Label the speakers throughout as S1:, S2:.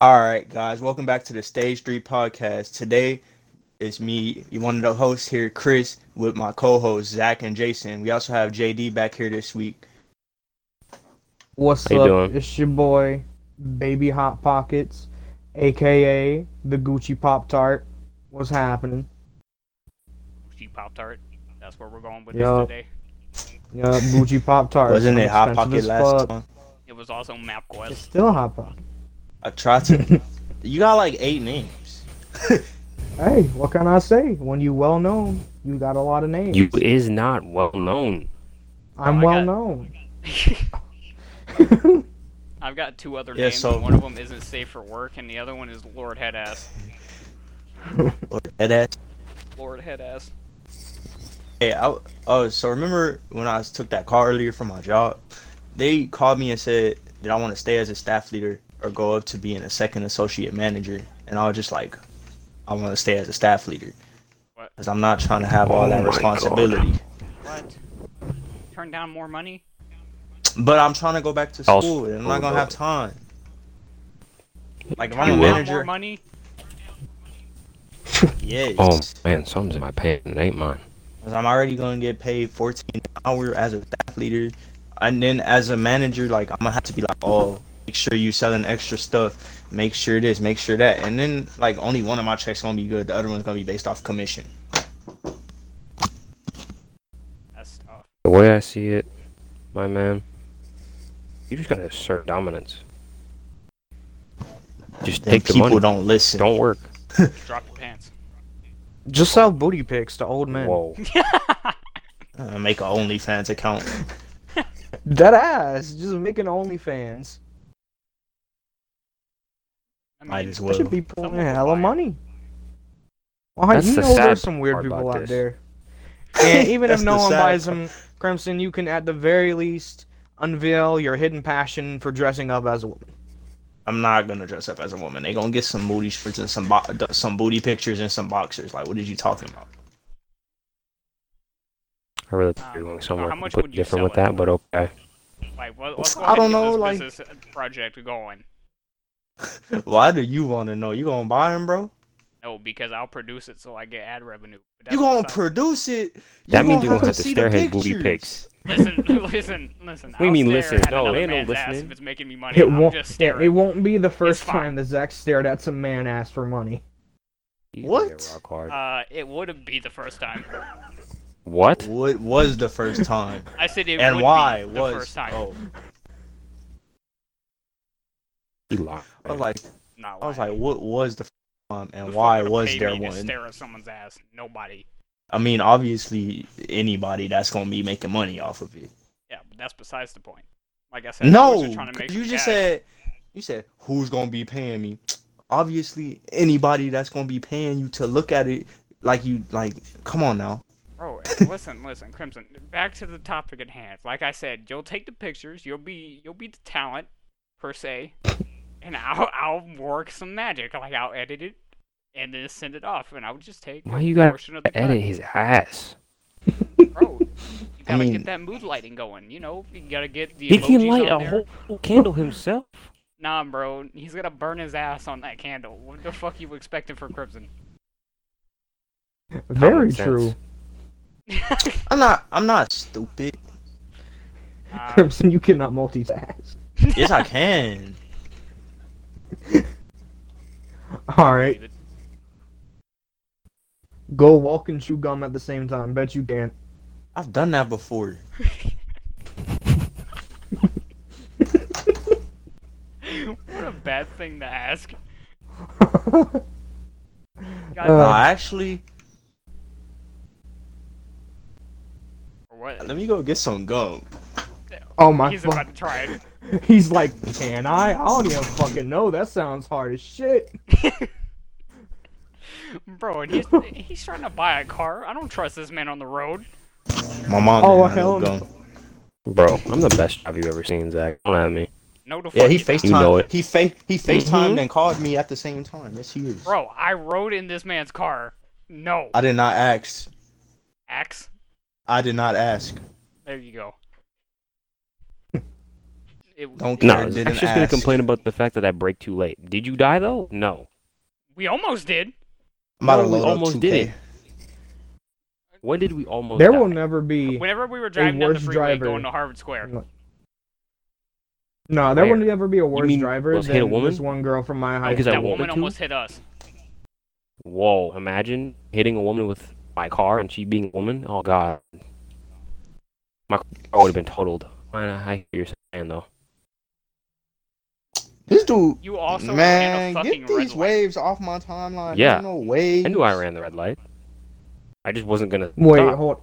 S1: All right, guys, welcome back to the Stage Three Podcast. Today it's me, one of the hosts here, Chris, with my co-hosts Zach and Jason. We also have JD back here this week.
S2: What's
S3: How you
S2: up?
S3: doing?
S2: It's your boy, Baby Hot Pockets, aka the Gucci Pop Tart. What's happening?
S4: She Pop Tart. That's where we're going with
S2: Yup.
S4: this today.
S2: Yeah, Gucci Pop Tart.
S1: Wasn't it Hot Pocket last time?
S4: It was also
S2: It's
S4: MapQuest.
S2: still Hot Pocket.
S1: I tried to. you got like eight names.
S2: Hey, what can I say? When you well known, you got a lot of names.
S3: You is not well known.
S2: I'm
S4: Oh,
S2: well
S4: I got-
S2: known.
S4: I've got two other
S1: Yeah,
S4: names.
S1: so-
S4: and One of them isn't safe for work, and the other one is Lord Headass.
S1: Lord, Dead ass.
S4: Lord Headass.
S1: Hey, I, oh, so remember when I took that call earlier from my job? They called me and said that I want to stay as a staff leader or go up to being a second associate manager, and I was just like, I want to stay as a staff leader
S4: What?
S1: because I'm not trying to have all
S3: Oh
S1: that
S3: my God.
S1: responsibility.
S4: What? Turn down more money?
S1: But I'm trying to go back to
S3: I'll
S1: school, and I'm not gonna
S3: school
S1: have time. Like if I'm a
S3: You will?
S4: Turn down More
S1: manager,
S4: money?
S1: yes,
S3: Oh man, something's in my pants. It ain't mine.
S1: 'Cause I'm already gonna get paid 14 an hour as a staff leader, and then as a manager, like I'm gonna have to be like, oh, make sure you selling extra stuff, make sure this, make sure that, and then like only one of my checks gonna be good, the other one's gonna be based off commission.
S4: That's tough.
S3: The way I see it, my man, you just gotta assert dominance. Just
S1: Then
S3: take the
S1: people
S3: money. Don't,
S1: don't listen.
S3: work.
S4: Drop your pants.
S2: Just sell booty pics to old men.
S3: Whoa.
S1: Uh, make an OnlyFans account.
S2: Dead ass. Just making OnlyFans.
S4: I
S1: Might
S4: mean,
S1: as
S2: That
S1: well.
S2: should be pulling
S4: Someone
S2: in
S4: will
S2: hella
S4: buy it.
S2: money. Well,
S3: That's
S2: you
S3: the
S2: know
S3: sad
S2: there's some weird
S3: part
S2: people
S3: about
S2: out
S3: this.
S2: there. And even if
S1: That's
S2: no
S1: the
S2: one
S1: sad
S2: buys
S1: part.
S2: them, Crimson, you can at the very least unveil your hidden passion for dressing up as a woman.
S1: I'm not gonna dress up as a woman. They gonna get some booty shirts and some bo- some booty pictures and some boxers. Like, what are you talking about?
S3: I really thought you were
S4: Um,
S3: going
S4: so
S3: somewhere
S4: how much
S3: completely
S4: would you
S3: different with
S4: sell it
S3: that, but okay.
S4: Like, what, let's go
S1: I
S4: ahead
S1: don't
S4: and get
S1: know,
S4: this
S1: like-
S4: business project going.
S1: Why do you want to know? You gonna buy them, bro?
S4: No, because I'll produce it so I get ad revenue. But
S1: You
S4: that's
S1: gonna
S4: besides-
S1: produce it? You
S3: That means
S1: gonna
S3: you gonna have to
S1: see
S3: stare
S1: the
S3: at booty
S1: pictures.
S3: pics.
S4: Listen, listen, listen.
S3: do you
S4: I'll
S3: mean
S4: stare
S3: listen?
S4: at
S3: No,
S4: another
S3: ain't no
S4: man's Ass
S3: listening.
S4: if it's making me money,
S2: It
S4: I'll
S2: won't.
S4: just stare
S2: It
S4: at
S2: won't be the first
S4: fine.
S2: time that Zach stared at some man ass for money.
S3: You gonna get
S1: What?
S3: rock hard.
S4: Uh, it wouldn't be the first time.
S3: what?
S1: What was the first time?
S4: I said it
S1: and
S4: would
S1: why
S4: be the
S1: was?
S4: first time.
S1: Oh,
S3: You locked.
S1: I was like,
S4: Not
S1: I was
S4: lying.
S1: like, what was the first time, and
S4: Who's
S1: why
S4: gonna
S1: was
S4: pay
S1: there
S4: me To
S1: one?
S4: stare at someone's ass. Nobody.
S1: I mean, obviously, anybody that's gonna be making money off of it.
S4: Yeah, but that's besides the point. Like I said, I was
S1: No,
S4: just trying to make
S1: you
S4: some
S1: just
S4: cash.
S1: said, you said, who's gonna be paying me? Obviously, anybody that's gonna be paying you to look at it, like you, like, come on now.
S4: Bro, Oh, listen, listen, Crimson. Back to the topic at hand. Like I said, you'll take the pictures. You'll be, you'll be the talent, per se, and I'll, I'll work some magic. Like I'll edit it, and then send it off. And I would just take.
S3: Why
S4: a
S3: you gotta
S4: portion of the cut.
S3: edit his ass?
S4: Bro, you gotta
S1: mean-
S4: get that mood lighting going. You know, you gotta get the.
S3: He can
S4: emojis
S3: light
S4: on
S3: a
S4: there.
S3: whole candle himself.
S4: Nah, bro, he's gonna burn his ass on that candle. What the fuck you expecting for Crimson?
S2: Very
S3: sense.
S2: true,
S1: I'm not. I'm not stupid.
S4: Uh,
S2: Crimson. You cannot multitask.
S1: Yes, I can.
S2: All right, go walk and chew gum at the same time. Bet you can.
S1: I've done that before.
S4: what a bad thing to ask. God,
S1: No,
S2: Uh,
S1: actually,
S4: what?
S1: let me go get some gum.
S2: oh my
S4: He's about
S2: fuck.
S4: to try it.
S2: He's like, can I? I don't even fucking know. That sounds hard as shit.
S4: Bro, and he's, he's trying to buy a car. I don't trust this man on the road.
S1: My mom.
S2: Oh,
S1: didn't have
S2: hell
S1: no
S2: no.
S1: gum.
S3: Bro, I'm the best job you've ever seen, Zach. Don't at me.
S4: No, the
S1: Yeah,
S4: fuck
S1: he
S4: he's not.
S1: Facetime.
S3: You know it.
S1: He fa- he Facetimed
S3: Mhm.
S1: and called me at the same time. Yes, he is.
S4: Mm-hmm. Bro, I rode in this man's car. No.
S1: I did not ask.
S4: Axe.
S1: I did not ask.
S4: There you go. it,
S1: Don't
S3: No,
S1: I
S3: I'm
S1: didn't
S3: just gonna
S1: ask.
S3: complain about the fact that I break too late. Did you die though? No.
S4: we almost did.
S1: I'm about to
S3: No, we
S1: load up
S3: almost
S1: 2K.
S3: did it. When did we almost?
S2: There
S3: die?
S2: will never be
S4: Whenever we were driving down the
S2: worse
S4: freeway
S2: driver.
S4: going to Harvard Square.
S2: no. There
S3: Where?
S2: will never be a worse
S3: mean
S2: driver
S3: was hit a
S2: than
S3: woman?
S2: this one girl from my high
S3: Because
S2: school.
S3: I
S4: That
S3: wanted
S4: woman
S3: to?
S4: almost hit us.
S3: Whoa! Imagine hitting a woman with my car and she being a woman. Oh God. My car would have been totaled. I know, I hear you saying though.
S1: This dude,
S4: You also ran a
S1: man,
S4: fucking
S1: get
S4: red
S1: these
S4: light.
S1: waves off my timeline.
S3: Yeah.
S1: There's no way.
S3: I knew I ran the red light. I just wasn't gonna.
S2: Wait,
S3: stop.
S2: hold.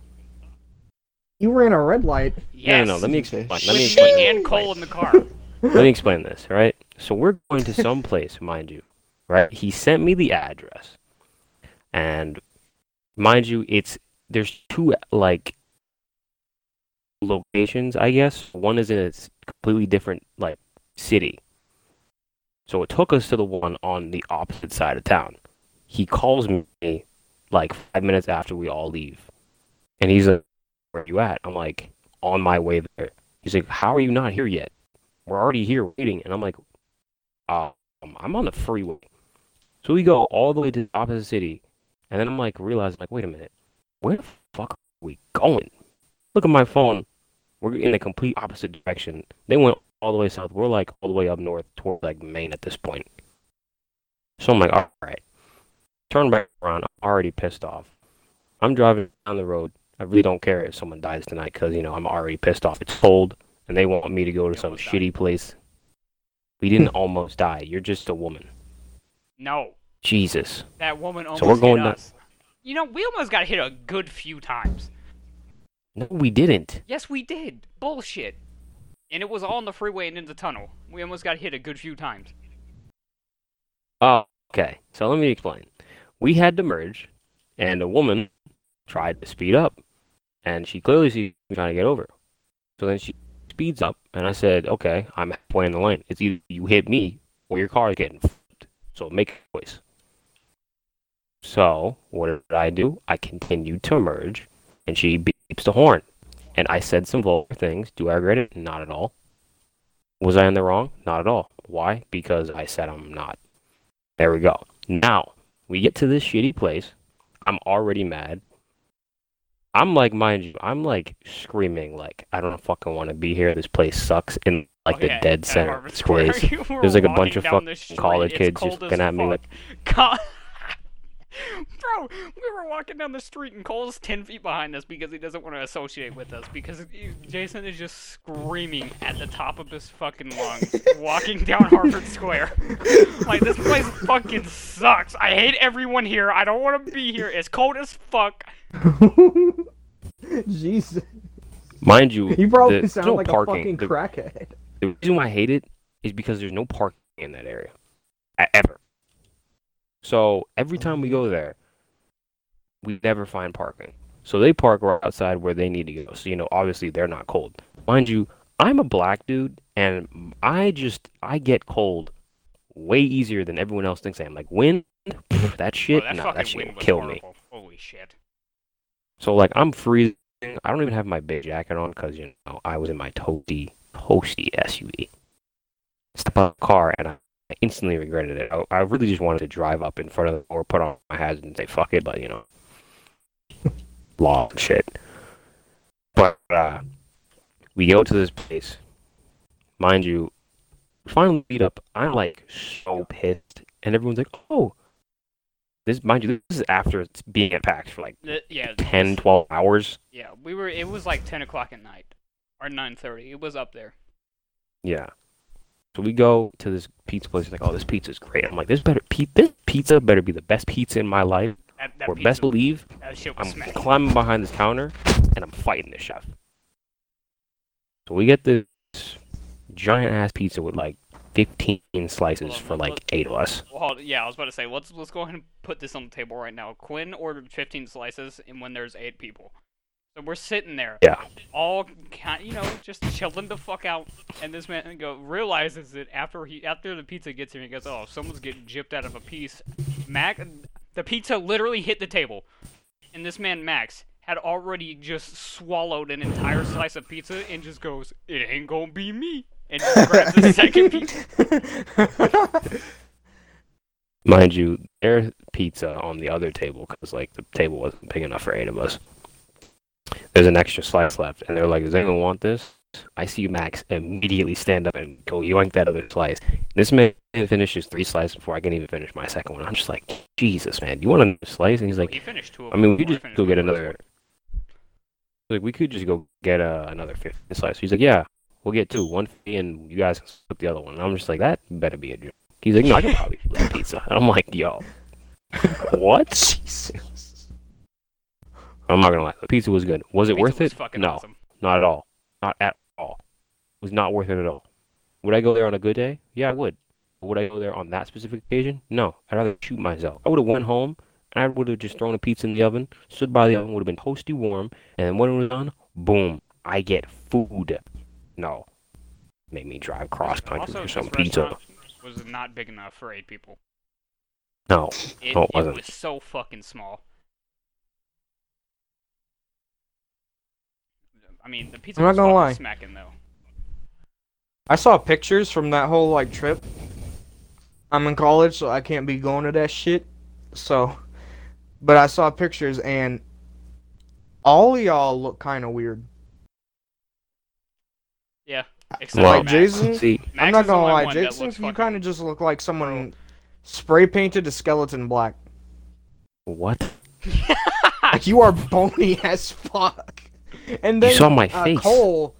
S2: You ran a red light.
S3: No, no,
S4: Yes.
S3: no, Let me explain.
S1: With
S3: Let me
S4: With
S3: explain.
S4: me and Cole in the car.
S3: Let me explain this, right? So we're going to some place, mind you, right? He sent me the address, and mind you, it's there's two like locations, I guess. One is in a s- completely different like city, so it took us to the one on the opposite side of town. He calls me like five minutes after we all leave, and he's like, "Where are you at?" I'm like, "On my way there." He's like, "How are you not here yet?" we're already here waiting. And I'm like, um, I'm on the freeway. So we go all the way to the opposite city. And then I'm like, realizing, like, wait a minute, where the fuck are we going? Look at my phone. We're in the complete opposite direction. They went all the way south. We're like all the way up north toward like Maine at this point. So I'm like, all right. Turn back around. I'm already pissed off. I'm driving down the road. I really don't care if someone dies tonight because, you know, I'm already pissed off. It's cold and they want me to go to
S4: You
S3: some
S4: almost died.
S3: shitty place. We didn't almost die. You're just a woman.
S4: No.
S3: Jesus.
S4: That woman almost
S3: So we're going
S4: hit
S3: to-
S4: us. You know, we almost got hit a good few times.
S3: No, we didn't.
S4: Yes, we did. Bullshit. And it was all on the freeway and in the tunnel. We almost got hit a good few times.
S3: Oh, okay. So let me explain. We had to merge, and a woman tried to speed up, and she clearly sees me trying to get over. So then she speeds up, and I said, "Okay, I'm halfway in the lane. It's either you hit me or your car is getting flipped. So make a choice." So what did I do? I continued to merge, and she beeps the horn, and I said some vulgar things. Do I regret it? Not at all. Was I in the wrong? Not at all. Why? Because I said I'm not. There we go. Now we get to this shitty place. I'm already mad. I'm like, mind you, I'm like screaming, like I don't fucking want to be here. This place sucks. In like
S4: Okay,
S3: the dead
S4: at
S3: center
S4: Harvard
S3: of squares.
S4: You were
S3: There's, like, a
S4: walking
S3: bunch of
S4: down the
S3: fucking
S4: street,
S3: college
S4: it's
S3: kids just
S4: cold as
S3: looking at me
S4: fuck. Co- Bro, we were walking down the street and Cole's ten feet behind us because he doesn't want to associate with us because he- Jason is just screaming at the top of his fucking lungs walking down Harvard Square. like this place fucking sucks. I hate everyone here. I don't want to be here. It's cold as fuck.
S2: Jesus,
S3: Mind you,
S2: you probably
S3: the- there's
S2: sound
S3: no
S2: like
S3: parking.
S2: a fucking
S3: The-
S2: crackhead.
S3: The reason why I hate it is because there's no parking in that area e- ever. So every time we go there, we never find parking. So they park right outside where they need to go. So you know, obviously they're not cold. Mind you, I'm a black dude, and I just I get cold way easier than everyone else thinks I am. Like wind, pff, that
S4: Bro,
S3: shit,
S4: that
S3: nah,
S4: fucking
S3: that shit
S4: wind
S3: will
S4: was
S3: kill me.
S4: horrible. Holy shit.
S3: So like I'm freezing. I don't even have my big jacket on because you know I was in my toasty, toasty SUV. Step out of the car and I I instantly regretted it. I, I really just wanted to drive up in front of or put on my hazard and say fuck it, but you know, law and shit. But uh, we go to this place, mind you. Final meet up. I'm like so pissed, and everyone's like, "Oh, this mind you, this is after it's being at PAX for like
S4: Th- yeah.
S3: 10, 12 hours.
S4: Yeah, we were. It was like ten o'clock at night, or nine thirty. It was up there.
S3: Yeah. So we go to this pizza place. Like, oh, this pizza's great. I'm like, this better pe- this pizza better be the best pizza in my life.
S4: That, that
S3: or
S4: pizza,
S3: best believe,
S4: that shit was
S3: I'm
S4: smack.
S3: climbing behind this counter and I'm fighting the chef. So we get this giant ass pizza with like 15 slices
S4: Hold on,
S3: for
S4: let-
S3: like eight of us.
S4: Well, hold- yeah, I was about to say let's let's go ahead and put this on the table right now. Quinn ordered fifteen slices, and when there's eight people, so we're sitting there,
S3: Yeah.
S4: all kind, you know, just chilling the fuck out. And this man go realizes it after he after the pizza gets here. He goes, "Oh, someone's getting gypped out of a piece." Mac, the pizza literally hit the table, and this man Max had already just swallowed an entire slice of pizza and just goes, "It ain't gonna be me." and grabs the second piece.
S3: Mind you, their pizza on the other table because like the table wasn't big enough for eight of us. There's an extra slice left, and they're like, "Does anyone want this?" I see Max immediately stand up and go yoink that other slice. This man finishes three slices before I can even finish my second one. I'm just like, Jesus, man, you want another slice? And he's like,
S4: He finished two of
S3: I
S4: them.
S3: mean,
S4: before
S3: we
S4: I
S3: could just
S4: finished
S3: go
S4: my
S3: get
S4: first
S3: another.
S4: one.
S3: Like, we could just go get uh, another 50 slice. He's like, yeah, we'll get two, one for me, and you guys can split the other one. And I'm just like, that better be a joke. He's like, no, I can probably split the pizza. And I'm like, yo, what? I'm not gonna lie, the pizza was good. Was it
S4: Pizza
S3: worth
S4: was
S3: it?
S4: fucking
S3: No,
S4: awesome.
S3: not at all. Not at all. It was not worth it at all. Would I go there on a good day? Yeah, I would. But would I go there on that specific occasion? No. I'd rather shoot myself. I would have went home and I would have just thrown a pizza in the oven, stood by the oven, would have been toasty warm, and then when it was done, boom, I get food. No. Made me drive cross country
S4: Also,
S3: for
S4: this
S3: some pizza.
S4: restaurant was not big enough for eight people.
S3: No.
S4: It,
S3: No, Oh, it wasn't.
S4: was so fucking small. I mean, the pizza
S2: I'm not
S4: was
S2: gonna
S4: fucking
S2: lie.
S4: smacking though.
S2: I saw pictures from that whole like trip. I'm in college, so I can't be going to that shit. So, but I saw pictures and all of y'all look kind of weird.
S4: Yeah. Except
S3: Well,
S4: for Max.
S2: Jason-
S3: See,
S4: Max
S2: I'm not
S4: is the
S2: gonna
S4: only
S2: lie,
S4: one that
S2: Jason,
S4: looks
S2: you
S4: fucking-
S2: kind of just look like someone spray painted a skeleton black.
S3: what?
S2: Like you are bony as fuck. And
S3: You
S2: then
S3: saw my
S2: uh,
S3: face.
S2: Cole,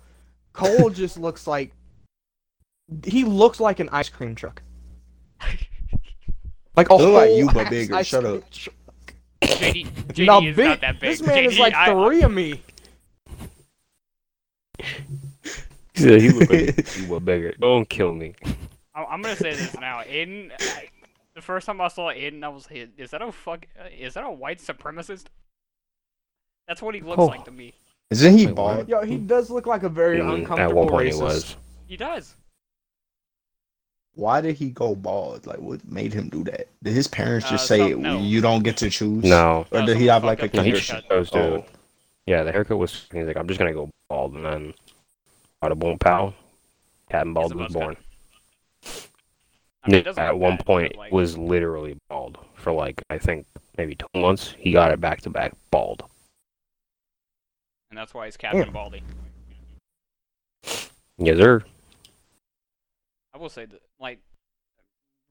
S2: Cole just looks like he looks like an ice cream truck. Like a
S1: Look like
S2: whole
S1: you, but
S2: ass
S1: bigger.
S2: ice
S1: Shut
S2: cream
S1: up.
S2: truck.
S4: JD, JD
S2: Now,
S4: is
S2: big-
S4: not that big.
S2: This man is
S4: JD,
S2: like
S4: I-
S2: three of me.
S3: He said he would bigger. He would bigger. Don't kill me.
S4: I, I'm gonna say this now. Aiden, I, the first time I saw Aiden, I was like, "Is that a fuck? uh, Is that a white supremacist?" That's what he looks
S2: Oh.
S4: like to me.
S1: Isn't he
S3: Wait, what?
S1: bald?
S2: Yo, he does look like a very
S3: Mm,
S2: uncomfortable
S3: At one point
S2: racist.
S3: he was.
S4: He does.
S1: Why did he go bald? Like, what made him do that? Did his parents just
S4: Uh,
S1: say
S4: some- no.
S1: you don't get to choose?
S3: No.
S1: Or
S4: No,
S1: did he
S4: someone
S1: have like a
S4: fucked up the
S3: No, he
S1: condition?
S4: haircut.
S3: chose to.
S1: Oh,
S3: Yeah, the haircut was. He's like, I'm just gonna go bald, and then bada boom pow, cat and bald
S4: He's a buzz
S3: was
S4: cut.
S3: born.
S4: I mean, it doesn't
S3: at
S4: look
S3: one
S4: bad,
S3: point,
S4: but, like,
S3: was literally bald for like I think maybe two months. He got it back to back bald.
S4: and that's why he's Captain
S2: Yeah.
S4: Baldy.
S3: Yes, sir.
S4: I will say that, like,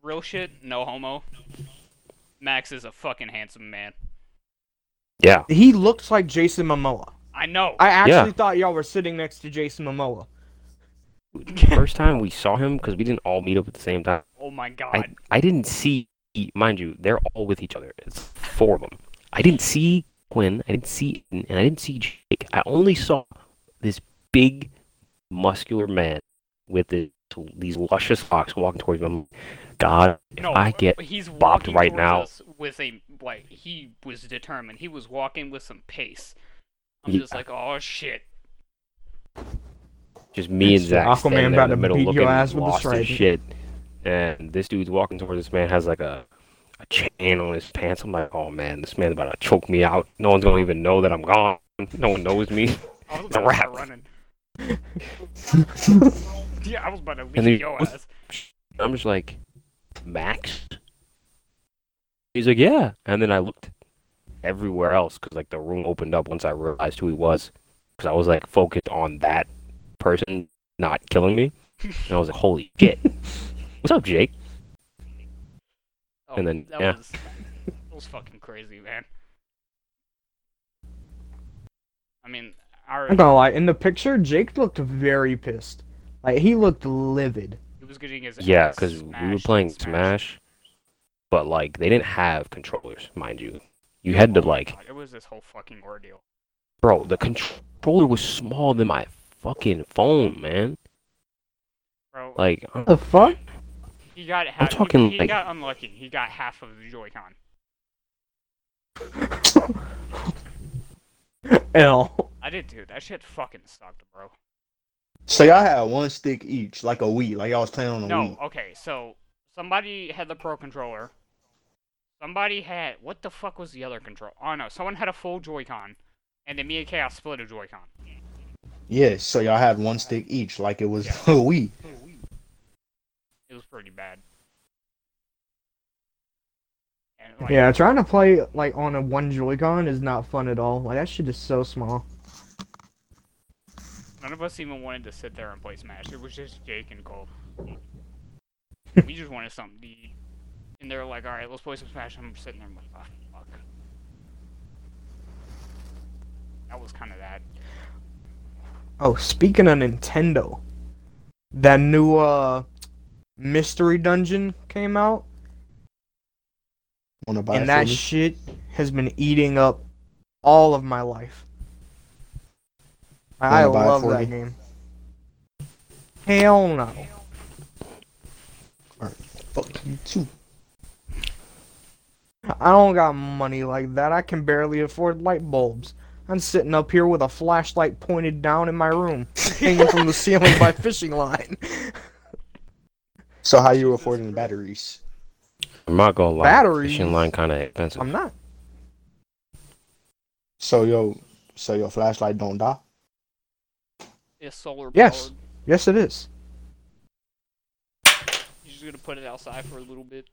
S4: real shit, no homo. Max is a fucking handsome man.
S3: Yeah.
S2: He looks like Jason Momoa.
S4: I know.
S2: I actually
S3: Yeah.
S2: thought y'all were sitting next to Jason Momoa.
S3: First time we saw him because we didn't all meet up at the same time.
S4: oh my god.
S3: I I didn't see. Mind you, they're all with each other. It's four of them. I didn't see Quinn. I didn't see Eden, and I didn't see Jake. I only saw this big, muscular man with this, these luscious locks walking towards me. I'm like, God, if
S4: no,
S3: I get
S4: he's
S3: bopped
S4: walking
S3: right
S4: towards
S3: now-
S4: us With a like, he was determined. He was walking with some pace. I'm
S3: Yeah.
S4: just like, oh shit.
S3: just me and
S2: Mr.
S3: Zach
S2: Aquaman
S3: standing there
S2: about
S3: in the
S2: to
S3: middle
S2: beat your
S3: looking
S2: ass with a
S3: lost as
S2: strike.
S3: shit, and this dude's walking towards this man has like a a chain on his pants. I'm like, oh man, this man's about to choke me out. No one's gonna even know that I'm gone. No one knows me.
S4: I was
S3: It's a
S4: about to start
S3: wrap.
S4: running. yeah, I was about to leave
S3: then-
S4: your ass.
S3: I'm just like, Max? He's like, yeah. And then I looked everywhere else because, like, the room opened up once I realized who he was. Because I was, like, focused on that person not killing me. And I was like, holy shit. What's up, Jake?
S4: Oh,
S3: and then-
S4: that
S3: yeah.
S4: was that was fucking crazy, man. I mean, our
S2: I'm not gonna lie, in the picture, Jake looked very pissed. Like he looked livid.
S4: he was getting his
S3: Yeah,
S4: ass
S3: because we were
S4: smashed,
S3: playing
S4: smashed.
S3: Smash, but, like, they didn't have controllers, mind you. You had to,
S4: Oh my
S3: like,
S4: God, it was this whole fucking ordeal.
S3: bro, the controller was smaller than my fucking phone, man.
S4: Bro,
S3: Like, I'm
S2: The fuck?
S4: he got half,
S3: talking,
S4: he, he
S3: like-
S4: got unlucky. He got half of the Joy-Con.
S2: L.
S4: I did too. That shit fucking sucked, bro.
S1: So y'all had one stick each, like a Wii, like y'all was playing on a
S4: No,
S1: Wii.
S4: okay, so somebody had the pro controller. Somebody had what the fuck was the other control? Oh no, someone had a full Joy-Con, and then me and Chaos split a Joy-Con.
S1: Yes, so y'all had one stick each, like it was a Wii.
S4: It was pretty bad. And like,
S2: yeah, trying to play like on a one Joy-Con is not fun at all. Like that shit is so small.
S4: none of us even wanted to sit there and play Smash. It was just Jake and Cole. we just wanted something to eat. And they're like, alright, let's play some Smash. I'm sitting there, I'm like, oh, fuck. That was kind of that.
S2: Oh, speaking of Nintendo, that new uh mystery dungeon came out,
S1: Want to buy
S2: and
S1: it for
S2: that
S1: me?
S2: shit has been eating up all of my life. I
S1: Wanna buy it
S2: love
S1: for
S2: that
S1: me?
S2: game. Hell no.
S1: Fuck you too.
S2: I don't got money like that. I can barely afford light bulbs. I'm sitting up here with a flashlight pointed down in my room, hanging from the ceiling by fishing line.
S1: So how you affording the batteries?
S3: I'm not gonna lie.
S2: Batteries?
S3: Fishing line kind of expensive.
S2: I'm not.
S1: So yo, so your flashlight don't die.
S4: It's solar
S2: Yes.
S4: powered.
S2: Yes, it is.
S4: You're just gonna put it outside for a little bit.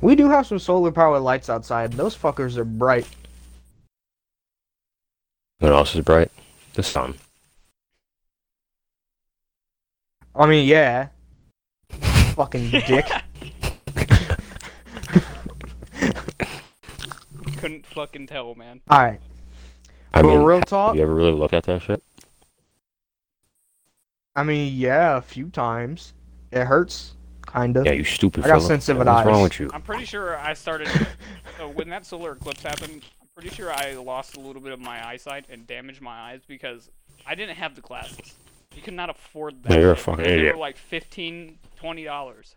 S2: We do have some solar powered lights outside. Those fuckers are bright.
S3: What else is bright? The sun.
S2: I mean, yeah. Fucking dick.
S4: Couldn't fucking tell, man.
S2: Alright.
S3: I
S2: But
S3: mean,
S2: real
S3: have
S2: talk,
S3: you ever really looked at that shit?
S2: I mean, yeah, a few times. It hurts, kinda.
S3: Yeah, you stupid.
S2: I got
S3: fella.
S2: sensitive
S3: What's
S2: eyes.
S3: wrong with you?
S4: I'm pretty sure I started. so when that solar eclipse happened, I'm pretty sure I lost a little bit of my eyesight and damaged my eyes because I didn't have the glasses. You could not afford that.
S3: Yeah, you're a
S4: shit.
S3: fucking
S4: They
S3: idiot.
S4: were like 15 dollars,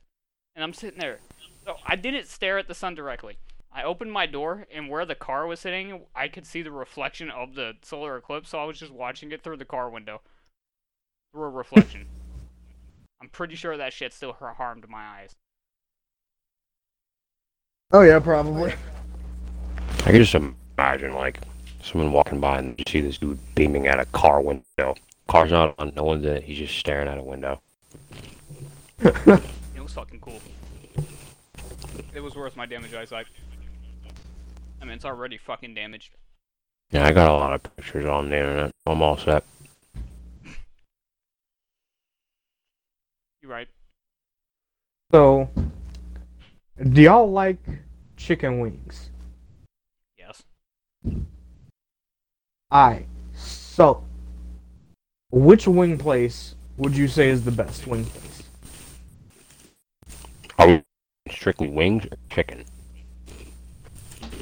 S4: and I'm sitting there. So I didn't stare at the sun directly. I opened my door, and where the car was sitting, I could see the reflection of the solar eclipse. So I was just watching it through the car window, through a reflection. I'm pretty sure that shit still har- harmed my eyes.
S2: Oh, yeah, probably.
S3: I can just imagine like someone walking by and you see this dude beaming at a car window. Car's not on, no one's in it. He's just staring at a window.
S4: It was fucking cool. It was worth my damage eyesight. I mean, it's already fucking damaged.
S3: Yeah, I got a lot of pictures on the internet. I'm all set.
S4: You're right.
S2: So, do y'all like chicken wings?
S4: Yes.
S2: Alright, so which wing place would you say is the best wing place?
S3: Are we strictly wings or chicken?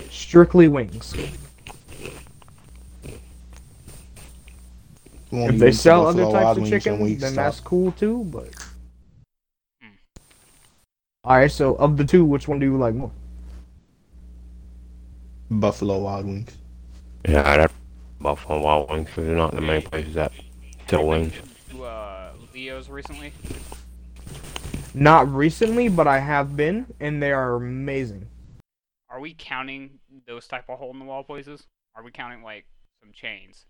S2: Strictly wings.
S1: You want
S2: If
S1: me
S2: they
S1: to
S2: sell other
S1: Buffalo
S2: types
S1: Wild
S2: of
S1: Wings and
S2: chicken, then
S1: Wingstop?
S2: that's cool too, but
S4: Hmm.
S2: Alright, so of the two, which one do you like more?
S1: Buffalo Wild Wings.
S3: Yeah, I'd have Buffalo Wild Wings. 'cause There's not that many places that sell wings.
S4: To, uh, Leo's recently.
S2: Not recently, but I have been, and they are amazing.
S4: Are we counting those type of hole in the wall places? Are we counting like some chains?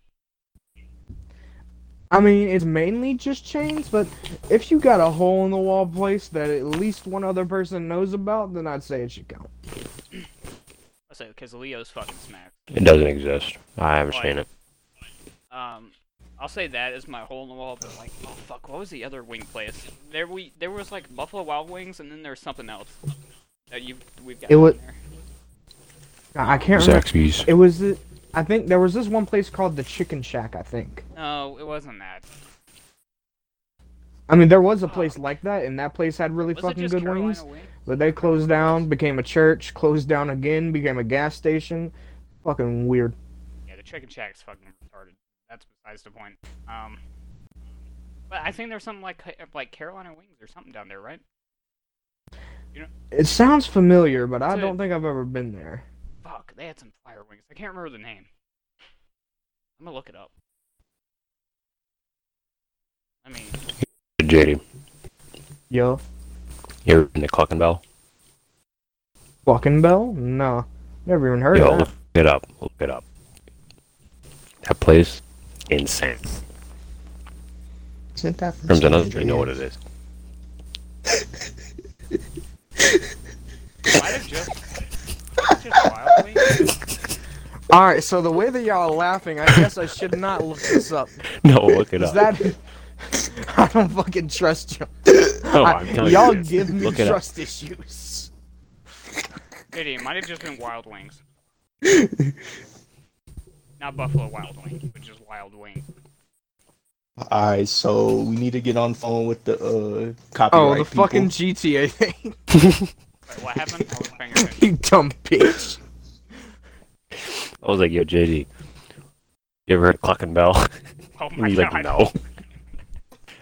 S2: I mean, it's mainly just chains, but if you got a hole in the wall place that at least one other person knows about, then I'd say it should count.
S4: Let's say because Leo's fucking smacked.
S3: It doesn't exist. I haven't seen it.
S4: Um, I'll say that is my hole in the wall. But like, oh fuck, what was the other wing place? There we there was like Buffalo Wild Wings, and then there's something else that you we've got.
S2: It wa-
S4: in there.
S2: I I can't remember.
S3: Zaxby's.
S2: It was, the, I think there was this one place called the Chicken Shack. I think.
S4: No, it wasn't that.
S2: I mean, there was a place like that, and that place had really
S4: Oh. Was it
S2: fucking
S4: just
S2: good
S4: Carolina
S2: wings.
S4: Wing?
S2: But they closed down, became a church, closed down again, became a gas station. Fucking weird.
S4: Yeah, the chicken shack is fucking retarded. That's besides the point. Um, but I think there's something like Ca- like Carolina Wings or something down there, right?
S2: It sounds familiar, but I
S4: That's it.
S2: don't think I've ever been there.
S4: Fuck, they had some fire wings. I can't remember the name. I'm gonna look it up. I mean,
S3: JD,
S2: Yo,
S3: you ever been to Cluck and Bell?
S2: fucking Bell? No, never even heard
S3: Yo,
S2: of
S3: look
S2: that.
S3: it up. Look it up. That place, insane.
S1: Isn't that from
S3: Crimson
S1: San
S3: doesn't really
S1: Andreas?
S3: know what it is.
S2: All right, so the way that y'all are laughing, I guess I should not look this up.
S3: No, look it
S2: Is
S3: up.
S2: that? I don't fucking trust y'all.
S3: No,
S2: I-
S3: I'm telling
S2: y'all
S3: you.
S2: give me
S3: Look it up.
S2: trust issues.
S4: Idiot, might have just been Wild Wings. Not Buffalo Wild Wings, but just Wild Wings.
S1: All right, so we need to get on phone with the uh copyright
S2: Oh, the
S1: people.
S2: fucking GTA thing.
S4: Wait, what happened? I was paying attention.
S2: you dumb bitch.
S3: I was like, yo, JG, you ever heard Cluck and Bell?
S4: Oh my
S3: And he's
S4: god.
S3: like, no.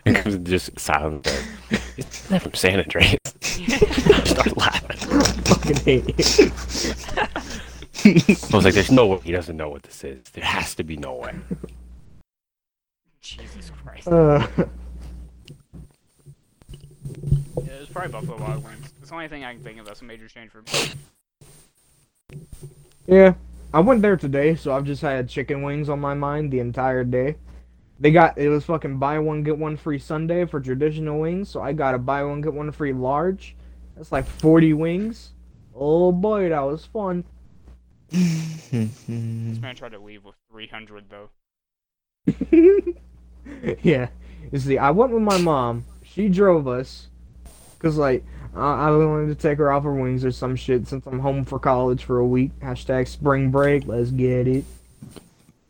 S3: And comes and just silent. there. Isn't that from San Andreas? Start laughing.
S1: fucking hate.
S3: I was like, there's no way he doesn't know what this is. There has to be no way.
S4: Jesus Christ.
S2: Uh,
S4: Yeah, it's probably Buffalo Wild Wings. It's the only thing I can think of that's a major change for me.
S2: yeah, I went there today, so I've just had chicken wings on my mind the entire day. They got it was fucking buy one get one free Sunday for traditional wings, so I got a buy one get one free large. That's like forty wings. Oh boy, that was fun.
S4: This man tried to leave with 300 though.
S2: yeah. You see, I went with my mom. She drove us. Because, like, I I wanted to take her off her wings or some shit since I'm home for college for a week. Hashtag spring break. Let's get it.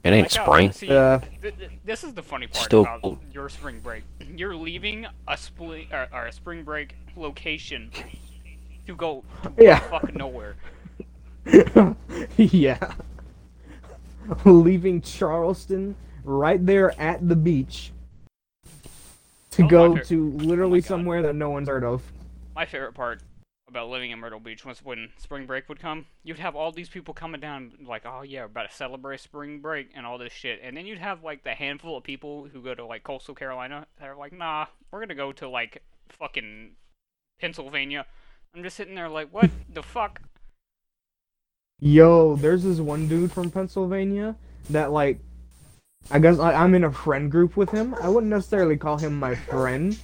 S3: It ain't
S4: Like, oh,
S3: spring.
S4: see,
S2: Uh,
S4: th- th- this is the funny part
S3: Still
S4: about
S3: cold.
S4: your spring break. You're leaving a split or, or a spring break location to go to go
S2: Yeah.
S4: fucking nowhere.
S2: yeah. Leaving Charleston right there at the beach to
S4: Oh, my
S2: go
S4: fair-
S2: to literally
S4: God.
S2: somewhere that no one's heard of.
S4: My favorite part about living in Myrtle Beach was when spring break would come. You'd have all these people coming down like, oh yeah, we're about to celebrate spring break and all this shit, and then you'd have like the handful of people who go to like coastal Carolina that are like, nah, we're gonna go to like fucking Pennsylvania. I'm just sitting there like, what the fuck?
S2: Yo, there's this one dude from Pennsylvania that like I guess I, I'm in a friend group with him. I wouldn't necessarily call him my friend.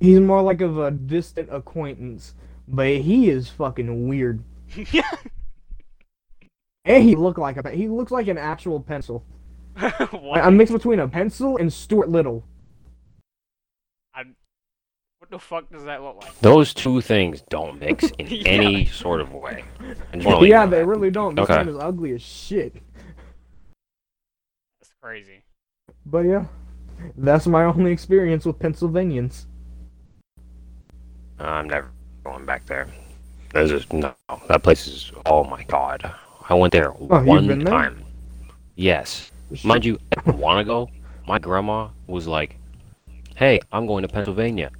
S2: He's more like of a distant acquaintance, but he is fucking weird. And he looked like a pe- he looks like an actual pencil.
S4: what?
S2: Like, a mix between a pencil and Stuart Little.
S4: What the fuck does that look like?
S3: Those two things don't mix in
S4: Yeah.
S3: any sort of way. I just wanna let you
S2: yeah,
S3: know
S2: they
S3: that.
S2: really don't. This
S3: Okay.
S2: man is ugly as shit.
S4: That's crazy.
S2: But yeah, that's my only experience with Pennsylvanians.
S3: Uh, I'm never going back there. There's just no. That place is. Oh my god. I went there
S2: Oh, you've
S3: one
S2: been there?
S3: time. Yes. Mind you, I didn't want to go. My grandma was like, "Hey, I'm going to Pennsylvania.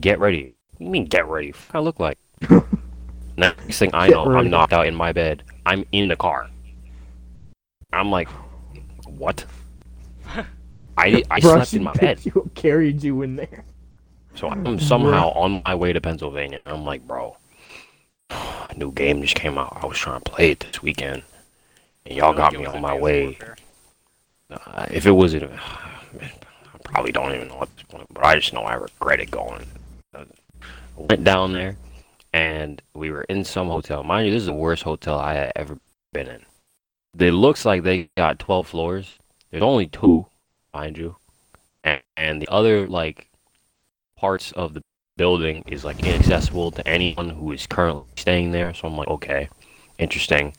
S3: Get ready." You mean get ready? Fuck I look like. Next thing I
S2: Get
S3: know,
S2: ready.
S3: I'm knocked out in my bed. I'm in the car. I'm like, what? I I
S2: Bro,
S3: slept
S2: she
S3: in my bed.
S2: picked You up, carried you in there.
S3: So I'm somehow on my way to Pennsylvania. and I'm like, bro, a new game just came out. I was trying to play it this weekend, and y'all got me on my way. Uh, if it wasn't, man, I probably don't even know at this point, but I just know I regretted going. Uh, Went down there, and we were in some hotel. Mind you, this is the worst hotel I had ever been in. It looks like they got 12 floors. There's only two, mind you, and, and the other like parts of the building is like inaccessible to anyone who is currently staying there. So I'm like, okay, interesting.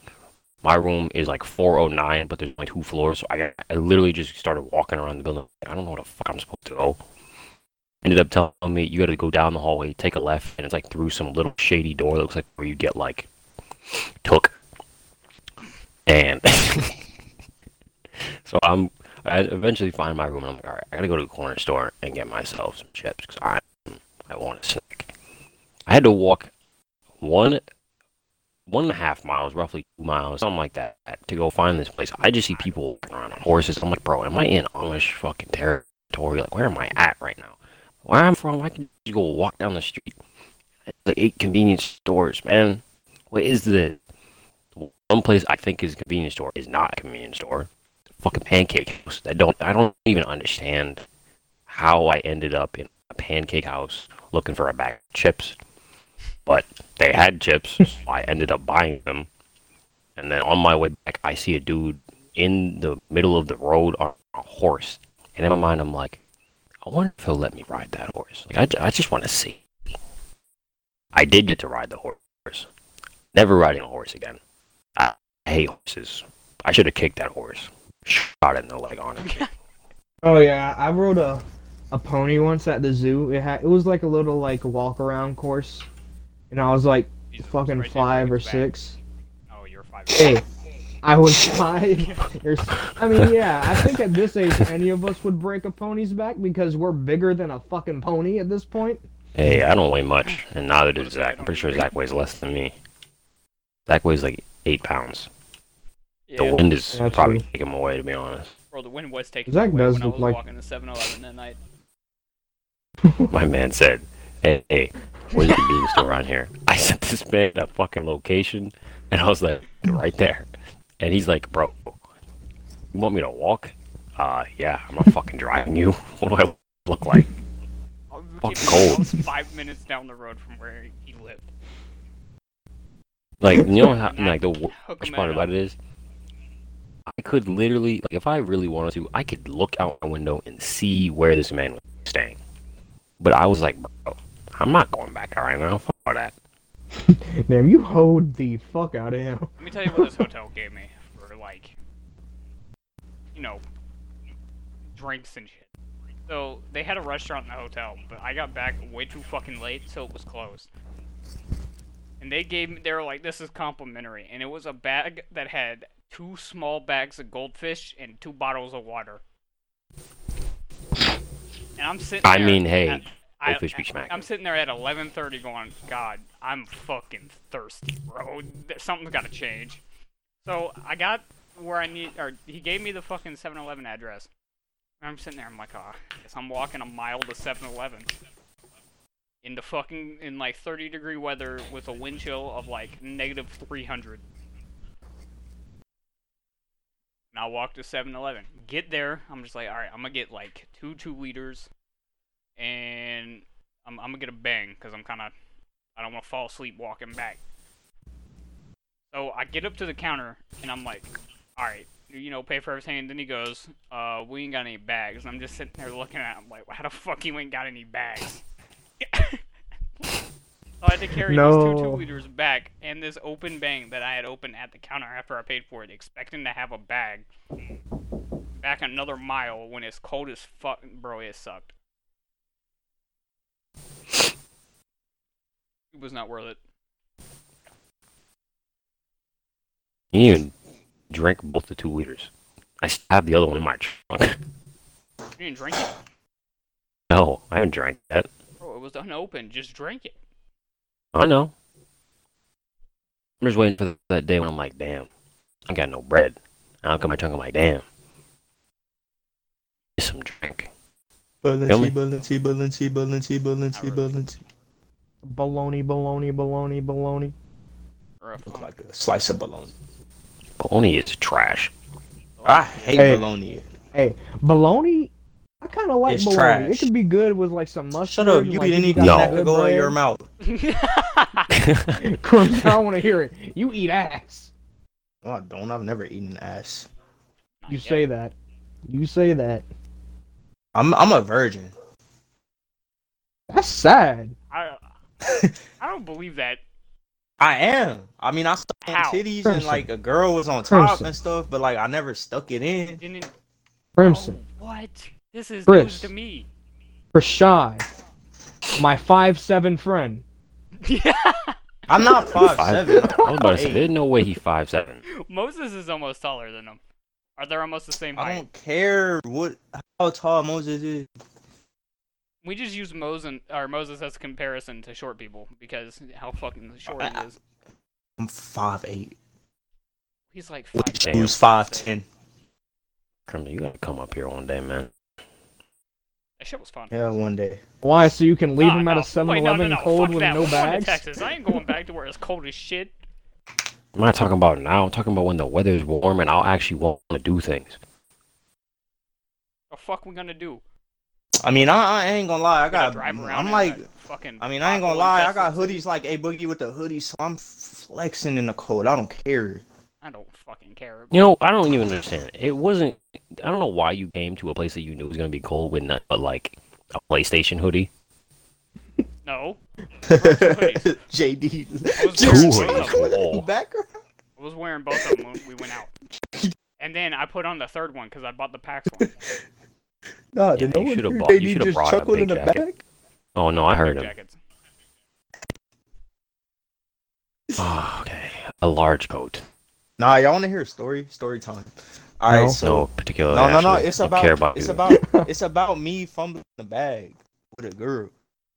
S3: My room is like 409, but there's only two floors. So I, I literally just started walking around the building. I don't know where the fuck I'm supposed to go. Ended up telling me you got to go down the hallway, take a left, and it's like through some little shady door that looks like where you get like took. And so I'm I eventually find my room and I'm like, all right, I gotta go to the corner store and get myself some chips because I I want a snack. I had to walk one one and a half miles, roughly two miles, something like that, to go find this place. I just see people walking around on horses. I'm like, bro, am I in Amish fucking territory? Like, where am I at right now? Where I'm from, I can just go walk down the street. The eight convenience stores, man. What is this? One place I think is a convenience store is not a convenience store fucking pancake house. I don't I don't even understand how I ended up in a pancake house looking for a bag of chips. But they had chips, so I ended up buying them. And then on my way back, I see a dude in the middle of the road on a horse. And in my mind, I'm like, I wonder if he'll let me ride that horse. Like, I, ju- I just want to see. I did get to ride the horse. Never riding a horse again. I, I hate horses. I should have kicked that horse. Shot it in the leg on it.
S2: Oh yeah, I rode a a pony once at the zoo. It had it was like a little like walk around course, and I was like
S4: Jesus,
S2: fucking
S4: right there,
S2: five
S4: look
S2: or
S4: at the back.
S2: six.
S4: Oh, you're five.
S2: Hey, I was five. Or, s- I mean, yeah, I think at this age, any of us would break a pony's back because we're bigger than a fucking pony at this point.
S3: Hey, I don't weigh much, and neither does Zach. I'm pretty sure Zach weighs less than me. Zach weighs like eight pounds. The
S4: Yeah,
S3: wind is
S2: That's
S3: probably
S2: true.
S3: taking him away, to be honest.
S4: bro, the wind was taking.
S2: Zach
S4: me away
S2: does
S4: when I
S2: look
S4: was
S2: like-
S4: walking to 7-Eleven that night.
S3: My man said, "Hey, hey where's the convenience store around here?" I sent this man a fucking location, and I was like, "Right there," and he's like, "Bro, you want me to walk?" Uh, yeah, I'm not fucking driving you. What do I look like?
S4: I was-
S3: Fuck
S4: it was
S3: cold.
S4: almost five minutes down the road from where he lived.
S3: Like, you know how like the wor-
S4: Hook
S3: worst
S4: him
S3: part
S4: up.
S3: about it is, I could literally, like, if I really wanted to, I could look out my window and see where this man was staying. But I was like, bro, I'm not going back there right now. Fuck all that.
S2: Damn, you hoed the fuck out of him.
S4: Let me tell you what this hotel gave me for like, you know, drinks and shit. So they had a restaurant in the hotel, but I got back way too fucking late, so it was closed. And they gave me, they were like, "This is complimentary," and it was a bag that had two small bags of goldfish and two bottles of water. And I'm sitting.
S3: I
S4: there
S3: mean, hey,
S4: at- I-
S3: goldfish be smacking.
S4: I'm sitting there at 11:30, going, "God, I'm fucking thirsty, bro. There- Something's got to change." So I got where I need, or he gave me the fucking 7-Eleven address. And I'm sitting there, I'm like, ah, I guess I'm walking a mile to 7-Eleven. In the fucking, in like 30 degree weather with a wind chill of like negative 300. And I walk to 7-Eleven. Get there, I'm just like, alright, I'm gonna get like two 2 liters. And I'm, I'm gonna get a bang, because I'm kinda, I don't wanna fall asleep walking back. So I get up to the counter and I'm like, all right, you know, pay for everything. And then he goes, uh, we ain't got any bags. And I'm just sitting there looking at him like, how the fuck you ain't got any bags? so I had to carry these two
S2: No.
S4: two liters back and this open bang that I had opened at the counter after I paid for it, expecting to have a bag. Back another mile when it's cold as fuck, bro. It sucked. It was not worth it.
S3: You even drank both the two liters. I still have the other one in my trunk.
S4: You didn't drink it.
S3: no, I haven't drank that.
S4: Bro, it was unopened. Just drink it.
S3: I know. I'm just waiting for that day when I'm like, damn, I got no bread. And I'll come my trunk. I'm like, damn, get some drink.
S1: Balenci, balenci, balenci, balenci,
S4: Not
S1: balenci,
S4: really.
S1: balenci.
S2: Baloney, baloney, baloney, baloney.
S4: Or a
S1: Look
S2: Oh
S4: phone.
S1: like a slice of bologna.
S3: Bologna is trash.
S1: I hate
S2: Hey.
S1: bologna.
S2: Hey, baloney. I kind of like
S1: It's
S2: bologna.
S1: trash.
S2: It could be good with like some mustard.
S1: Shut up.
S2: and,
S1: You
S2: like,
S1: eat any
S2: got
S3: No.
S1: that
S2: some
S1: could
S2: good
S1: go in
S2: bread.
S1: your mouth.
S2: Crumbs, I don't want to hear it. You eat ass.
S1: No, Oh, I don't. I've never eaten ass.
S2: You say that. You say that.
S1: I'm I'm a virgin.
S2: That's sad.
S4: I, I don't believe that.
S1: I am. I mean, I stuck in
S4: How?
S1: titties and
S2: Person.
S1: like a girl was on top
S2: Person.
S1: and stuff, but like I never stuck it in.
S4: Didn't.
S2: Crimson.
S4: Oh, what? This is
S2: Chris.
S4: news to me.
S2: For shy. My five seven friend.
S1: I'm not five,
S3: Five-
S1: seven.
S3: I was about to say, there's no way he five seven.
S4: Moses is almost taller than him. Are they almost the same
S1: I
S4: height?
S1: don't care what how tall Moses is.
S4: We just use Moses or Moses as a comparison to short people because how fucking short he is.
S1: I'm five eight.
S4: He's like five.
S3: What the
S1: Who's five ten?
S3: Crimson, you gotta come up here one day, man.
S4: That shit was fun.
S1: Yeah, one day.
S2: Why? So you can leave
S4: Nah,
S2: him at
S4: no.
S2: a 7
S4: Wait, no, no,
S2: Eleven
S4: no.
S2: cold
S4: Fuck
S2: with
S4: that.
S2: no
S4: We're going to
S2: bags?
S4: Texas. I ain't going back to where it's cold as shit.
S3: I'm not talking about now. I'm talking about when the weather's warm and I'll actually want to do things.
S4: The fuck we gonna do?
S1: I mean, I, I ain't gonna lie. I
S4: We gotta
S1: got.
S4: drive around.
S1: I'm
S4: in
S1: like.
S4: that fucking.
S1: I mean, I ain't gonna
S4: pothole
S1: lie. I got
S4: infested city.
S1: hoodies like a boogie with the hoodie, so I'm flexing in the cold. I don't care.
S4: I don't fucking care.
S3: You know, I don't even understand. It wasn't. I don't know why you came to a place that you knew was gonna be cold with not, but like a PlayStation hoodie.
S4: No,
S1: JD.
S4: Two
S1: Just
S4: hoodies.
S1: with the
S3: Whoa.
S1: background.
S4: I was wearing both of them when we went out. And then I put on the third one because I bought the PAX one.
S1: Nah,
S3: Yeah,
S1: did no
S3: you
S1: one
S3: should've
S1: hear
S3: bought- you
S1: JD
S3: should've
S1: just
S3: brought a
S1: chuckled in the
S3: big jacket.
S1: back?
S3: Oh no, I heard him.
S4: Jackets.
S3: Oh, okay, a large coat.
S1: Nah, y'all want to hear a story? Story time. All right,
S2: No.
S1: so
S3: no particular.
S1: no, no, no.
S3: attribute.
S1: It's
S3: Don't care about
S1: about, it's
S3: you.
S1: about it's about me fumbling the bag with a girl.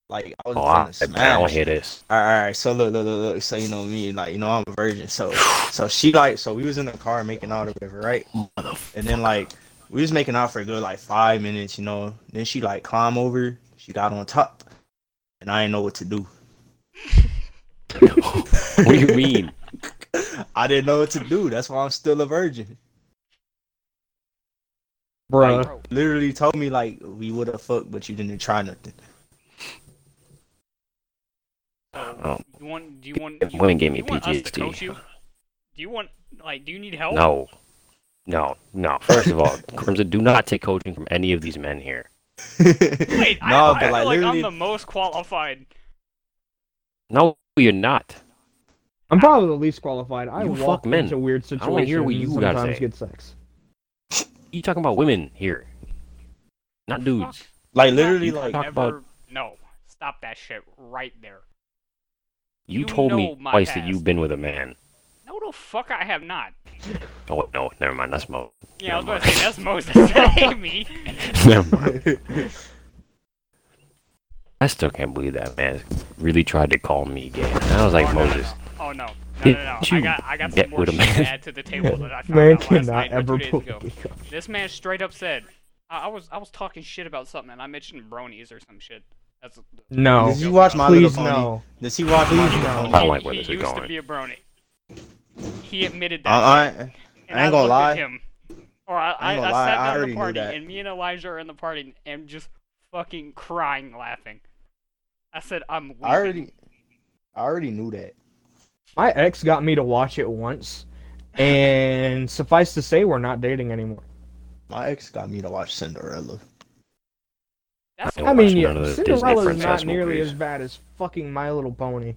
S1: Like I was
S3: Oh, I,
S1: gonna
S3: I don't
S1: smash.
S3: hear this.
S1: All right, all right. So look, look, look, look. So you know me, like you know I'm a virgin. So so she like so we was in the car making out or whatever, right? And then like we was making out for a good like five minutes, you know. Then she like climb over. She got on top, and I didn't know what to do.
S3: what do you mean?
S1: I didn't know what to do. That's why I'm still a virgin.
S2: Bruh.
S4: Bro,
S1: Literally told me like we would have fucked, but you didn't try nothing.
S3: Oh,
S4: you want? Do you want?
S3: If
S4: you-
S3: women gave me
S4: you want us to
S3: PTSD.
S4: coach you? Do you want? Like, do you need help?
S3: no, no, no. First of all, Crimson, do not take coaching from any of these men here.
S4: Wait, I,
S1: no,
S4: I
S1: but
S4: feel
S1: like
S4: like I'm
S1: literally,
S4: the most qualified.
S3: No, you're not.
S2: I'm probably the least qualified. I
S3: You
S2: walk
S3: fuck men.
S2: into weird
S3: I wanna
S2: situations
S3: hear what you
S2: and
S3: gotta
S2: sometimes
S3: say.
S2: get sex.
S3: You talking about women here, not dudes.
S1: like literally,
S4: Fuck,
S1: like
S3: Talk about-
S4: No, stop that shit right there.
S3: You,
S4: You
S3: told me
S4: know my
S3: twice that
S4: past.
S3: you've been with a man.
S4: No, the fuck, I have not.
S3: Oh no, never mind. That's Mo.
S4: Yeah, I was
S3: Never
S4: going to say that's Moses. That ain't me.
S3: never mind. I still can't believe that man really tried to call me gay. And I was like,
S4: oh, no, no,
S3: Moses,
S4: No, Oh no, no,
S3: Did
S4: no, no. I
S3: you
S4: got, I got
S3: get
S4: some more
S3: with a
S4: shit
S3: man?
S4: to add to the table that I found
S2: Man
S4: out last
S2: cannot
S4: night or two
S2: ever
S4: days
S2: pull
S4: ago.
S2: me up.
S4: This man straight up said, I, I was, I was talking shit about something, and I mentioned bronies or some shit. That's
S2: No.
S1: did you watch My
S2: Please
S1: Little Pony?
S2: no.
S1: Does he watch My
S2: Please
S1: Little
S2: no.
S1: Pony?
S3: I don't like where
S4: he
S3: this is
S4: used
S3: going.
S4: to be a brony. He admitted that.
S1: I,
S4: and
S1: I ain't gonna
S4: looked
S1: lie.
S4: At him, or I, I,
S1: I
S4: I,
S1: ain't gonna lie,
S4: sat down
S1: I
S4: in
S1: already
S4: the
S1: knew
S4: party,
S1: that.
S4: and me and Elijah are in the party, and just fucking crying, laughing. I said, "I'm leaving."
S1: I already, I already knew that.
S2: My ex got me to watch it once, and suffice to say, we're not dating anymore.
S1: My ex got me to watch Cinderella.
S4: That's
S3: I
S2: I
S3: don't
S2: mean,
S3: watch
S2: yeah,
S3: none of the Disney
S2: Cinderella's
S3: princess
S2: not nearly
S3: movies.
S2: as bad as fucking My Little Pony.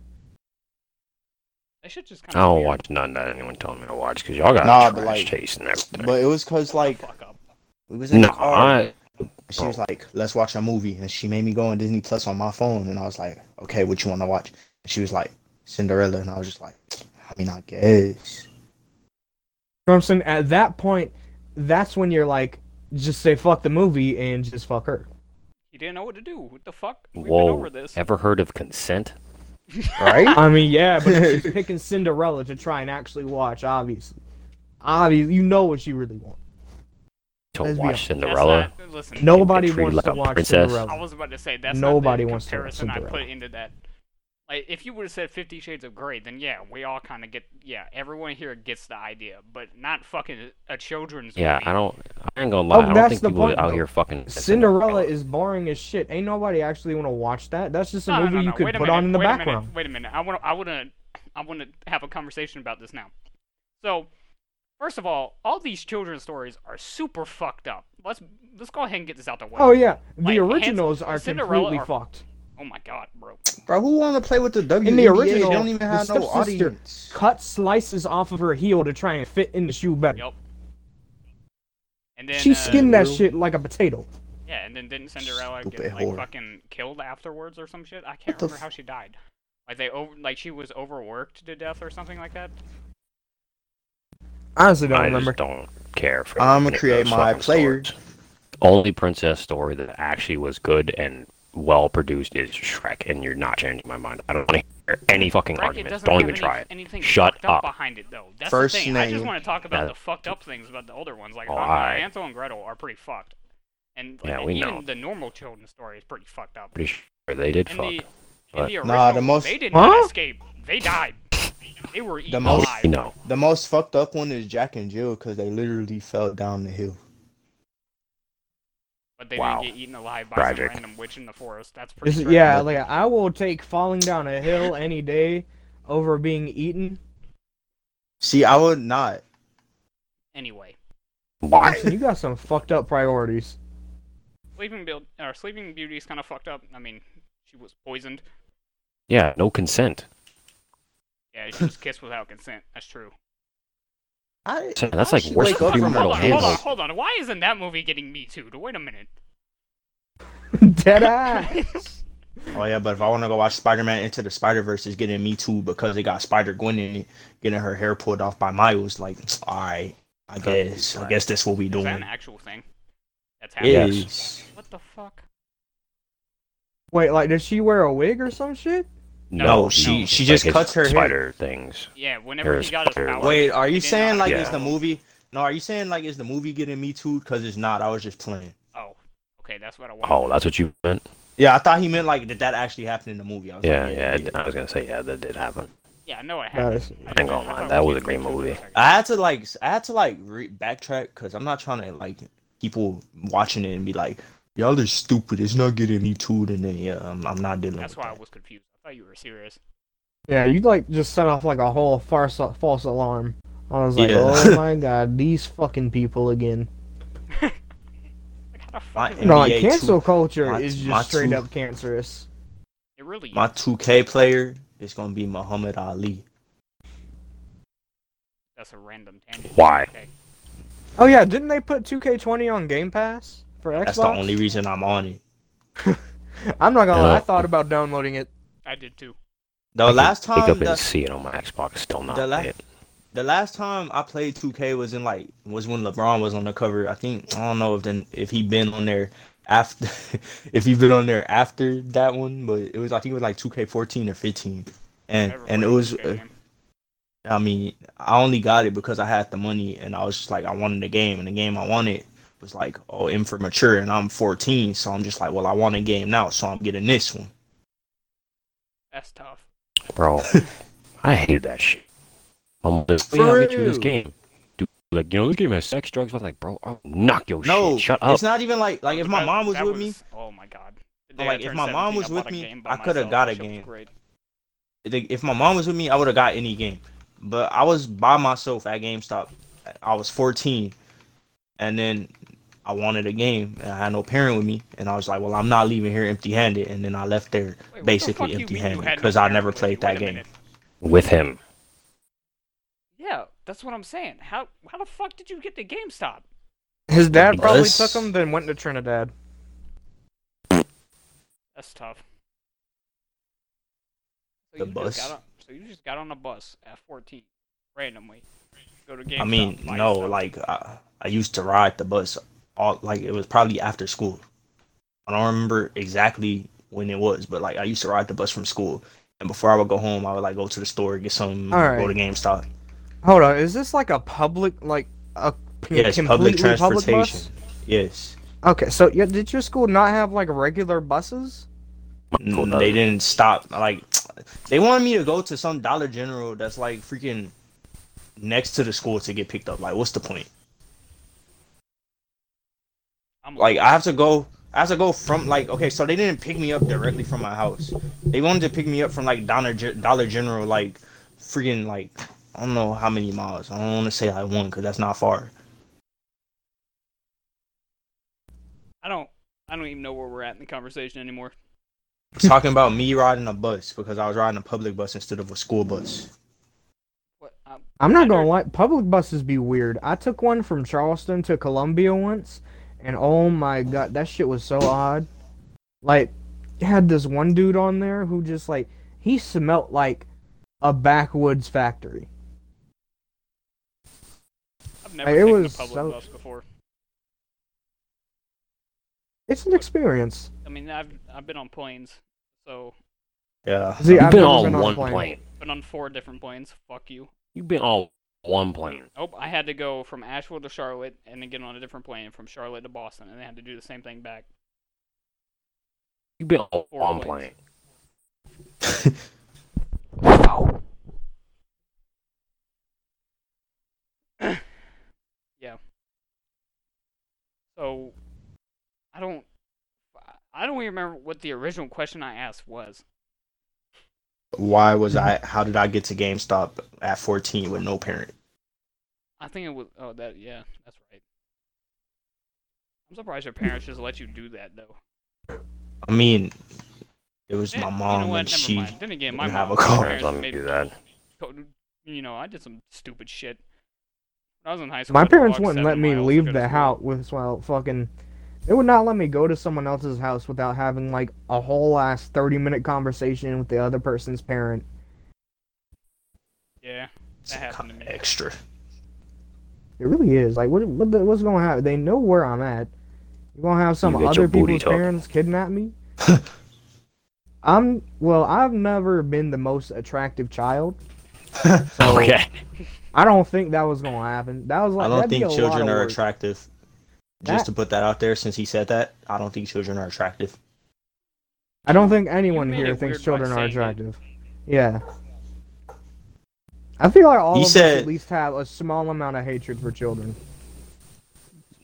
S4: that shit just kind
S3: I
S4: of.
S3: don't watch none that anyone told me to watch because y'all got
S1: Nah,
S3: nah,
S1: but,
S3: trash
S1: like-
S3: chasing everything.
S1: But it was cause like
S4: Fuck up.
S1: we was in
S3: no,
S1: the car.
S3: I,
S1: and she was like, "Let's watch a movie," and she made me go on Disney Plus on my phone, and I was like, "Okay, what you want to watch?" And she was like, "Cinderella," and I was just like, "I mean, I guess."
S2: You know what I'm saying? At that point, that's when you're like, just say fuck the movie and just fuck her.
S4: You didn't know what to do. What the fuck? We've been
S3: whoa,
S4: over this.
S3: ever heard of consent?
S1: Right?
S2: I mean, yeah, but if she's picking Cinderella to try and actually watch, obviously. Obviously, you know what you really want.
S3: To
S2: Let's be
S3: watch
S4: That's
S3: Cinderella?
S4: Not, listen,
S2: Nobody
S3: treated
S2: wants
S3: like
S2: to
S3: a
S2: watch
S3: princess.
S4: I
S2: Cinderella.
S4: was about to say that's
S2: Nobody
S4: not the
S2: wants to watch
S4: comparison I put
S2: Cinderella.
S4: into that. Like, if you would have said Fifty Shades of Grey, then yeah, we all kind of get. Yeah, everyone here gets the idea, but not fucking a children's
S3: Yeah,
S4: movie.
S3: I don't. I ain't gonna lie.
S2: Oh,
S3: I don't
S2: that's
S3: think
S2: the
S3: people
S2: point,
S3: out
S2: though.
S3: here fucking
S2: Cinderella is boring as shit. Ain't nobody actually want to watch that. That's just a
S4: No, no,
S2: movie
S4: no,
S2: you
S4: no.
S2: could
S4: wait a
S2: put
S4: minute,
S2: on in the
S4: wait A
S2: background.
S4: minute, wait a minute. I want to. I want to. I want to have a conversation about this now. So, first of all, all these children's stories are super fucked up. Let's let's go ahead and get this out the way.
S2: Oh yeah,
S4: Like,
S2: the
S4: Hansel-
S2: originals are
S4: Cinderella
S2: completely
S4: are-
S2: fucked.
S4: Oh my god, bro.
S1: Bro, who want to play with the WNBA?
S2: In the original,
S1: they don't even have
S2: the
S1: no
S2: stepsister
S1: audience.
S2: cut slices off of her heel to try and fit in the shoe better.
S4: Yup. And then
S2: she
S4: uh,
S2: skinned that
S1: Real-
S2: shit like a potato.
S4: Yeah, and then didn't Cinderella
S1: Stupid
S4: get like
S1: whore.
S4: fucking killed afterwards or some shit? I can't
S1: What the
S4: remember
S1: f-
S4: how she died. Like they over, like she was overworked to death or something like that.
S2: Honestly, don't
S3: I
S2: remember.
S3: just don't care for.
S1: I'ma
S3: any of
S1: create
S3: those
S1: my
S3: fucking
S1: player.
S3: stories. Only princess story that actually was good and well produced is Shrek, and you're not changing my mind. I don't want to hear any fucking
S4: Bracket
S3: arguments.
S4: doesn't
S3: Don't
S4: have
S3: even
S4: any-
S3: try it.
S4: Anything
S3: Shut
S4: fucked up.
S3: up.
S4: behind it though. That's
S1: First
S4: the thing. I just
S1: name.
S4: want to talk about
S3: Yeah.
S4: the fucked up things about the older ones. Like
S3: Oh,
S4: Han-
S3: I-
S4: Hansel and Gretel are pretty fucked, and
S3: Yeah,
S4: and
S3: we
S4: even
S3: know.
S4: the normal children's story is pretty fucked up.
S3: Pretty sure they did
S4: In
S3: fuck.
S4: the, in
S3: but-
S4: the original,
S1: Nah, the most-
S4: they did
S2: Huh?
S4: not escape. They died. They were eaten
S3: No,
S1: most-
S4: alive.
S3: we know.
S1: The most fucked up one is Jack and Jill because they literally fell down the hill.
S4: But they
S3: Wow.
S4: didn't get eaten alive by
S3: Tragic.
S4: some random witch in the forest. That's pretty.
S2: This is-
S4: tragic.
S2: yeah, like I will take falling down a hill any day over being eaten
S1: See, I would not.
S4: Anyway,
S3: Why?
S2: Listen, you got some fucked up priorities.
S4: Sleeping Build or Sleeping Beauty's kind of fucked up. I mean, she was poisoned.
S3: Yeah, no consent.
S4: Yeah, she was kissed without consent. That's true.
S1: I,
S3: So that's
S1: I
S3: like
S1: should
S3: worse
S1: wake
S3: than
S1: up
S4: Hold
S1: from
S4: on,
S1: my
S4: hold on, hold on,
S1: hands.
S4: hold on. Why isn't that movie getting me too? Wait a minute.
S2: Dead ass.
S1: Oh yeah, but if I want to go watch Spider-Man Into the Spider-Verse, it's getting me too because it got Spider Gwen in it, getting her hair pulled off by Miles. Like, all right, I guess, I guess that's what we
S4: Is that
S1: doing.
S4: an actual thing? That's happening.
S3: Yes.
S1: Is
S4: What the fuck?
S2: Wait, like, does she wear a wig or some shit?
S1: No, she-
S3: no.
S1: she just
S3: his
S1: cuts her hair.
S3: spider things.
S4: Yeah, whenever
S3: There's
S4: he got his
S3: fucking-
S4: power.
S1: wait, are
S4: he
S1: you
S4: didn't
S1: saying like
S4: already
S1: is
S3: Yeah.
S1: the
S4: know.
S1: movie? No, are you saying like is the movie getting me too? Because it's not. I was just playing.
S4: Oh, okay, that's what I want.
S3: Oh, that's what you meant.
S1: Yeah, I thought he meant like did that actually happen in the movie? I was
S3: Yeah,
S1: like,
S3: yeah. I I was gonna say yeah, that did happen.
S4: Yeah, no, it
S2: That
S4: happened.
S2: is-
S4: I
S3: I ain't
S4: just-
S3: gonna
S4: I
S3: lie,
S4: thought
S3: that
S4: we
S3: was a
S4: did
S3: great
S4: for
S3: movie.
S4: second.
S1: I had to like s- I had to like re- backtrack because I'm not trying to like people watching it and be like, y'all are stupid. It's not getting me too. And then yeah, um, I'm, I'm not dealing.
S4: That's
S1: with
S4: why I
S3: Ah.
S1: that.
S4: was confused. I thought you were serious.
S2: Yeah, you like just set off like a whole farce, false alarm. I was like,
S1: Yeah.
S2: oh my god, these fucking people again.
S4: Like, how the fuck
S1: My
S4: is
S1: NBA
S2: No, like
S1: E two-
S2: cancel culture
S1: my-
S2: is
S1: my
S2: just straight
S1: two-
S2: up cancerous.
S4: it really
S1: My 2K player is gonna be Muhammad Ali.
S4: that's a random tangent.
S3: Why?
S4: Okay.
S2: Oh yeah, didn't they put 2K20 on Game Pass for Xbox?
S1: That's the only reason I'm on it.
S2: I'm not gonna lie, I
S3: Yeah.
S2: thought about downloading it.
S4: I did too.
S1: The
S3: I can
S1: last
S3: pick
S1: time
S3: up
S1: the,
S3: and see it on my Xbox, still not
S1: the la-
S3: it.
S1: the last time I played 2K was in like was when LeBron was on the cover. I think I don't know if then if he been on there after if he been on there after that one, but it was I think it was like 2K14 or 15, and
S4: Never
S1: and it
S4: played a
S1: was.
S4: video
S1: uh,
S4: game.
S1: I mean, I only got it because I had the money and I was just like, I wanted the game, and the game I wanted was like, oh, M for mature, and I'm 14, so I'm just like, well, I want a game now, so I'm getting this one.
S4: That's tough.
S3: Bro, I hated that shit. I'm just,
S1: For
S3: yeah, I'll get you this
S1: real.
S3: game. Dude, like, you know, this game has sex, drugs. I was like, bro, I'll knock your
S1: No,
S3: shit. Shut up.
S1: it's not even like like if my
S4: That-
S1: mom was
S4: that
S1: with me,
S4: Oh my god. The
S1: I'm
S4: day I
S1: like, if
S4: turned
S1: my
S4: 17,
S1: mom was
S4: I bought
S1: with
S4: a
S1: me,
S4: game by
S1: I coulda
S4: myself.
S1: got
S4: That
S1: a
S4: shit was
S1: game.
S4: great.
S1: like, if my mom was with me, I would have got any game. But I was by myself at GameStop. I was 14, and then I wanted a game, and I had no parent with me, and I was like, well, I'm not leaving here empty-handed, and then I left there
S4: Wait, what the fuck
S1: basically
S4: you mean you
S1: empty-handed
S4: had no
S1: because I
S4: parent
S1: never
S4: with you?
S1: played
S4: Wait
S1: that
S4: a
S1: game.
S4: minute.
S3: With him.
S4: Yeah, that's what I'm saying. How how the fuck did you get to GameStop?
S2: His dad probably
S1: Because-
S2: took him, then went to Trinidad.
S4: That's tough. So
S1: The
S4: you
S1: bus.
S4: Just got on, so you just got on a bus at 14, randomly. Go to GameStop.
S1: I mean,
S4: buy
S1: no,
S4: yourself-
S1: like I, I used to ride the bus all like it was probably after school. I don't remember exactly when it was, but like I used to ride the bus from school, and before I would go home, I would like go to the store, get something,
S2: All right.
S1: go to GameStop.
S2: Hold on, is this like a public, like a p-
S1: Yes,
S2: completely
S1: public
S2: public,
S1: transportation.
S2: bus?
S1: Yes,
S2: Okay, so yeah, did your school not have like regular buses?
S1: N-
S3: Cool,
S1: they
S3: though.
S1: didn't stop. Like they wanted me to go to some Dollar General that's like freaking next to the school to get picked up. Like, what's the point?
S4: I'm
S1: like I have to go I have to go from like okay, so they didn't pick me up directly from my house. They wanted to pick me up from like Dollar Ge- Dollar General like freaking like I don't know how many miles. I don't want to say like one cuz that's not far.
S4: I don't. I don't even know where we're at in the conversation anymore.
S1: Talking about me riding a bus because I was riding a public bus instead of a school bus.
S4: What? Um,
S2: I'm not gonna
S4: Neither.
S2: lie, public buses be weird. I took one from Charleston to Columbia once, and oh my god, that shit was so odd. Like, had this one dude on there who just like he smelt like a backwoods factory.
S4: I've never
S2: It
S4: taken
S2: was
S4: a public
S2: so-
S4: bus before.
S2: It's an experience.
S4: I mean, I've I've been on planes, so
S1: Yeah.
S2: See,
S3: You've
S2: I've
S3: been
S2: never
S3: all
S2: been on a
S3: one
S2: plane.
S3: plane.
S4: been on four different planes. Fuck you.
S3: You've been all one plane.
S4: Nope. I had to go from Asheville to Charlotte, and then get on a different plane from Charlotte to Boston, and then had to do the same thing back.
S3: You've been all
S4: Four
S3: one
S4: planes.
S3: plane.
S4: So, I don't. I don't even remember what the original question I asked was.
S1: why was I? How did I get to GameStop at 14 with no parent?
S4: I think it was. Oh, that yeah, that's right. I'm surprised your parents just let you do that though.
S1: I mean, it was
S4: Eh,
S1: my
S4: you know
S1: mom
S4: what?
S1: and
S4: Never
S1: she.
S4: mind. Then again, my
S1: didn't have
S4: mom,
S1: a car.
S4: parents
S3: Let me
S4: made
S3: do
S4: me
S3: that.
S4: go- You know, I did some stupid shit. When I was in high school. I
S2: My
S4: had to
S2: parents
S4: walk
S2: wouldn't let
S4: seven
S2: me
S4: miles to go
S2: leave
S4: to
S2: the
S4: school.
S2: house without fucking. They would not let me go to someone else's house without having like a whole ass thirty minute conversation with the other person's parent.
S4: Yeah,
S1: Some
S4: happened to
S1: kinda
S4: me.
S1: Extra.
S2: It really is like what, what the, what's going to happen? They know where I'm at. You gonna have some
S3: You get
S2: other
S3: your booty
S2: people's
S3: talked.
S2: parents kidnap me? I'm well. I've never been the most attractive child. So
S3: Okay.
S2: I don't think that was gonna happen. That was like
S1: I don't
S2: that'd be
S1: think
S2: a
S1: children
S2: lot of
S1: are
S2: work.
S1: attractive.
S2: That-
S1: Just to put that out there, since he said that, I don't think children are attractive.
S2: I don't think anyone
S4: made
S2: here
S4: it
S2: thinks
S4: weird by
S2: children are
S4: saying it.
S2: attractive. Yeah. I feel like all
S1: He
S2: of us
S1: said-
S2: at least have a small amount of hatred for children.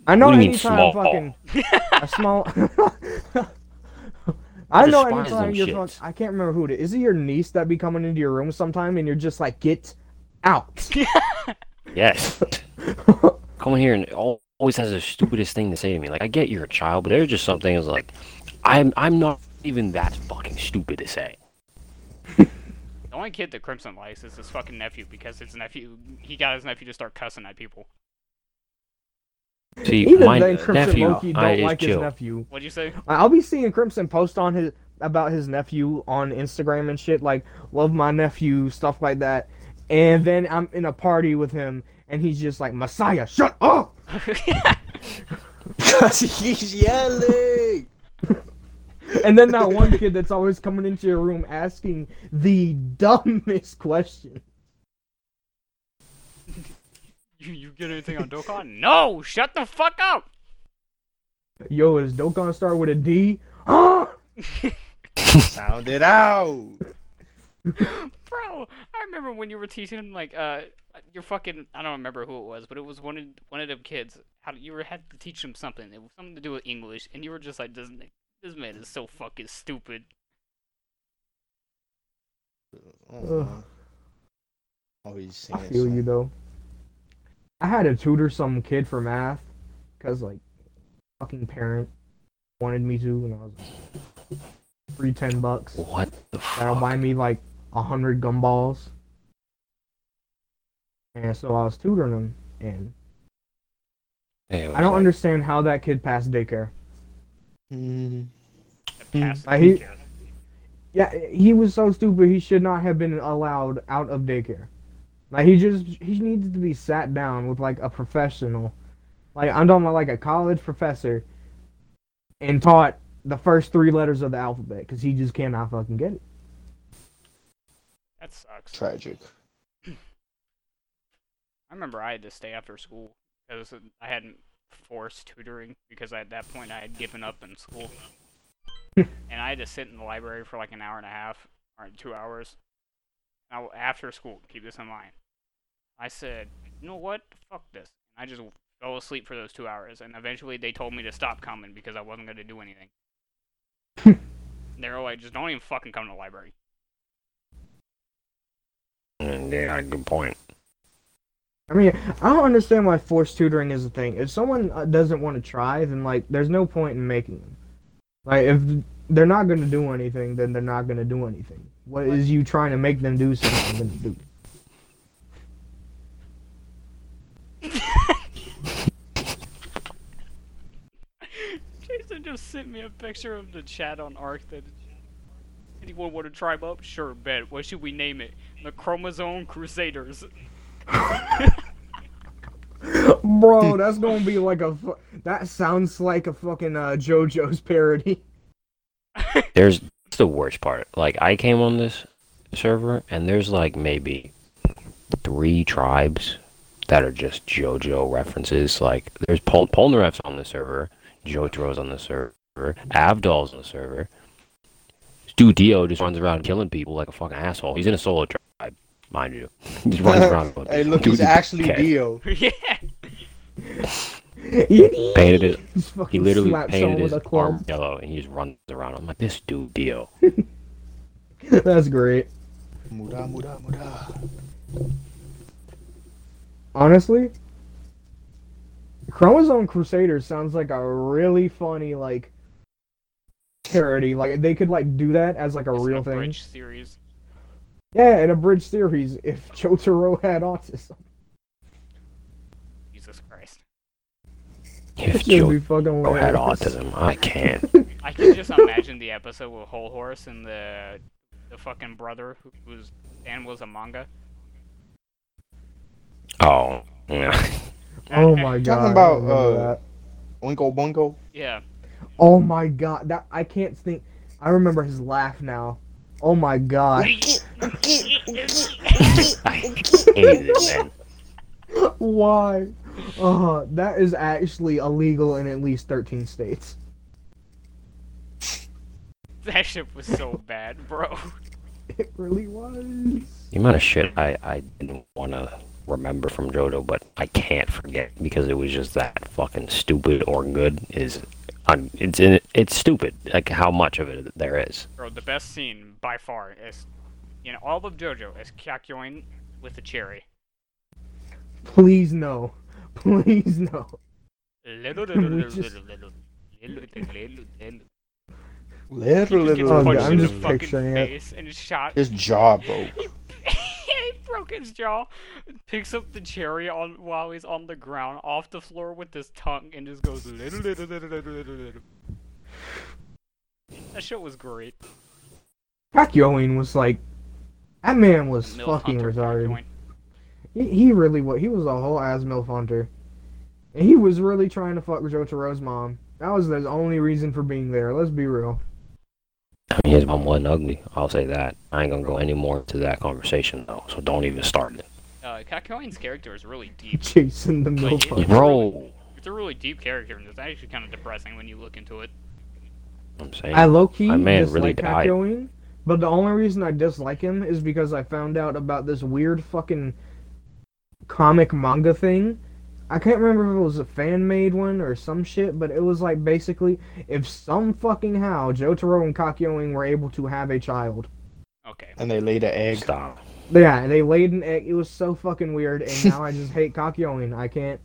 S2: I know
S3: What do you mean
S2: anytime
S3: small?
S2: fucking a small. I know
S3: Despise
S2: anytime
S3: them
S2: you're
S3: shits.
S2: fuck- I can't remember who it is. Is it your niece that be coming into your room sometime and you're just like, get out?
S3: Yes. Come in here and al- always has the stupidest thing to say to me. Like, I get you're a child, but there's just some things like, I'm I'm not even that fucking stupid to say.
S4: The only kid that Crimson likes is his fucking nephew because his nephew, he got his nephew to start cussing at people.
S3: See,
S2: Even
S3: my
S2: then, Crimson
S3: uh, nephew
S2: Loki
S3: I,
S2: don't
S3: is
S2: like his
S3: chill.
S2: nephew.
S4: What'd you say?
S2: I- I'll be seeing Crimson post on his about his nephew on Instagram and shit, like love my nephew, stuff like that. And then I'm in a party with him, and he's just like Messiah, shut up.
S1: Because he's yelling.
S2: And then that one kid that's always coming into your room asking the dumbest question.
S4: you, you get anything on Dokkan? no! Shut the fuck up!
S2: Yo, is Dokkan start with a D? Huh?
S1: Sound it out.
S4: Bro, I remember when you were teaching him, like, uh, your fucking, I don't remember who it was, but it was one of one of them kids. How You were had to teach him something. It was something to do with English, and you were just like, this, this man is so fucking stupid.
S1: Oh,
S2: Ugh.
S1: oh, he's
S2: I
S1: saying
S2: feel you though. I had to tutor some kid for math because like fucking parent wanted me to, and I was like, free ten bucks.
S3: What the fuck?
S2: That'll buy me like a hundred gumballs. And so I was tutoring him, and
S3: Hey,
S2: I don't understand how that kid passed daycare. Hmm.
S1: Mm,
S4: That past
S2: I hate- Yeah, he was so stupid. He should not have been allowed out of daycare. Like he just he needed to be sat down with like a professional, like I'm talking about like a college professor, and taught the first three letters of the alphabet because he just cannot fucking get it.
S4: that sucks.
S1: tragic.
S4: I remember I had to stay after school because I hadn't forced tutoring because at that point I had given up in school, and I had to sit in the library for like an hour and a half or two hours. Now after school, keep this in mind. I said, you know what? Fuck this. I just fell asleep for those two hours, and eventually they told me to stop coming because I wasn't gonna do anything. they were like, just don't even fucking come to the library.
S3: Mm, Yeah, good point.
S2: I mean, I don't understand why forced tutoring is a thing. If someone uh, doesn't want to try, then like there's no point in making them. Like if they're not going to do anything, then they're not going to do anything. What is you trying to make them do something? Then do.
S4: Jason just sent me a picture of the chat on Ark that anyone want to tribe up? Sure, bet. What should we name it? The Chromosome Crusaders.
S2: Bro, that's gonna be like a. fu- That sounds like a fucking uh, JoJo's parody.
S3: There's that's the worst part. Like, I came on this server, and there's like maybe three tribes that are just JoJo references. Like, there's Pol- Polnareff's on the server, Jotaro's on the server, Avdol's on the server. Stu Dio just runs around killing people like a fucking asshole. He's in a solo tribe, mind you. He just runs around. killing people. Dude, okay.
S1: Dio.
S4: yeah.
S3: painted it.
S2: He's fucking
S3: He literally
S2: slapped
S3: painted
S2: someone
S3: his
S2: with a club.
S3: arm yellow, and he just runs around. I'm like, this dude Dio.
S2: That's great.
S1: Muda, muda, muda.
S2: Honestly, Chromosome Crusaders sounds like a really funny like parody. Like they could like do that as like a
S4: It's an
S2: real thing.
S4: abridged series.
S2: Yeah, and abridged series if Jotaro had autism.
S4: Jesus Christ.
S3: If
S2: It'd
S3: Joe
S2: be fucking
S3: Joe had
S2: hilarious.
S3: autism, I can't.
S4: I can just imagine the episode with Whole Horse and the the fucking brother who was and was a manga.
S3: Oh, yeah.
S2: Oh my god. I
S1: about,
S2: remember
S1: uh,
S2: that.
S1: Oingo Bungo.
S4: Yeah.
S2: Oh my god, that I can't think. I remember his laugh now. Oh my god,
S3: I hated it, man.
S2: why? Uh, that is actually illegal in at least thirteen states.
S4: That shit was so bad, bro.
S2: It really was.
S3: The amount of shit I, I didn't want to remember from JoJo, but I can't forget because it was just that fucking stupid or good is. I'm, it's it's stupid like how much of it there is.
S4: Bro, the best scene by far is in all of JoJo is Kakyoin with a cherry.
S2: Please no. Please no. just-
S4: Little
S1: Little,
S2: Oh, God, I'm
S4: I'm
S2: just
S4: just fucking
S2: picturing it.
S4: face and shot
S1: His jaw broke.
S4: he broke his jaw, picks up the cherry on while he's on the ground off the floor with his tongue and just goes That shit was great.
S2: Kakyoin was like, that man was
S4: Mill
S2: fucking
S4: Hunter
S2: retarded.
S4: Kakyoin.
S2: He, he really was. He was a whole ass milf hunter, and he was really trying to fuck Jotaro's mom. That was his only reason for being there. Let's be real.
S3: I mean, his mom wasn't ugly. I'll say that. I ain't gonna go any more into that conversation though. So don't even start it,
S4: Uh, Kakyoin's character is really deep.
S2: Jason the
S4: Like,
S2: milf
S4: it-
S2: hunter.
S3: bro.
S4: It's a really deep character, and it's actually kind of depressing when you look into it.
S3: I'm saying.
S2: I low key
S3: My man
S2: dislike
S3: really died.
S2: Kakyoin, but the only reason I dislike him is because I found out about this weird fucking comic manga thing. I can't remember if it was a fan made one or some shit, but it was like basically if some fucking how Jotaro and Kakyoin were able to have a child.
S4: Okay.
S1: And they laid an egg.
S3: Stop.
S2: Yeah, they laid an egg. It was so fucking weird, and now I just hate Kakyoin. I can't,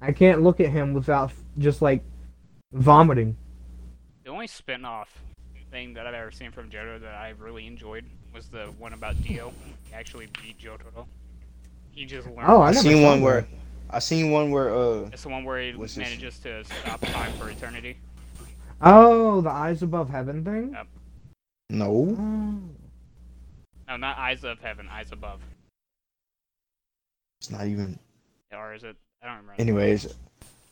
S2: I can't look at him without just like vomiting.
S4: The only spin-off thing that I've ever seen from Johto that I really enjoyed was the one about Dio. He actually beat Jotaro. He just learned.
S2: Oh, I
S1: I
S2: never
S1: seen
S2: saw
S1: one
S2: that.
S1: where, I seen one where uh,
S4: It's the one where he
S1: What's this?
S4: manages to stop time for eternity.
S2: Oh, the eyes above heaven thing.
S1: no,
S2: Oh.
S4: No, not Eyes of Heaven, Eyes Above.
S1: it's not even.
S4: Or is it? I don't remember.
S1: Anyways,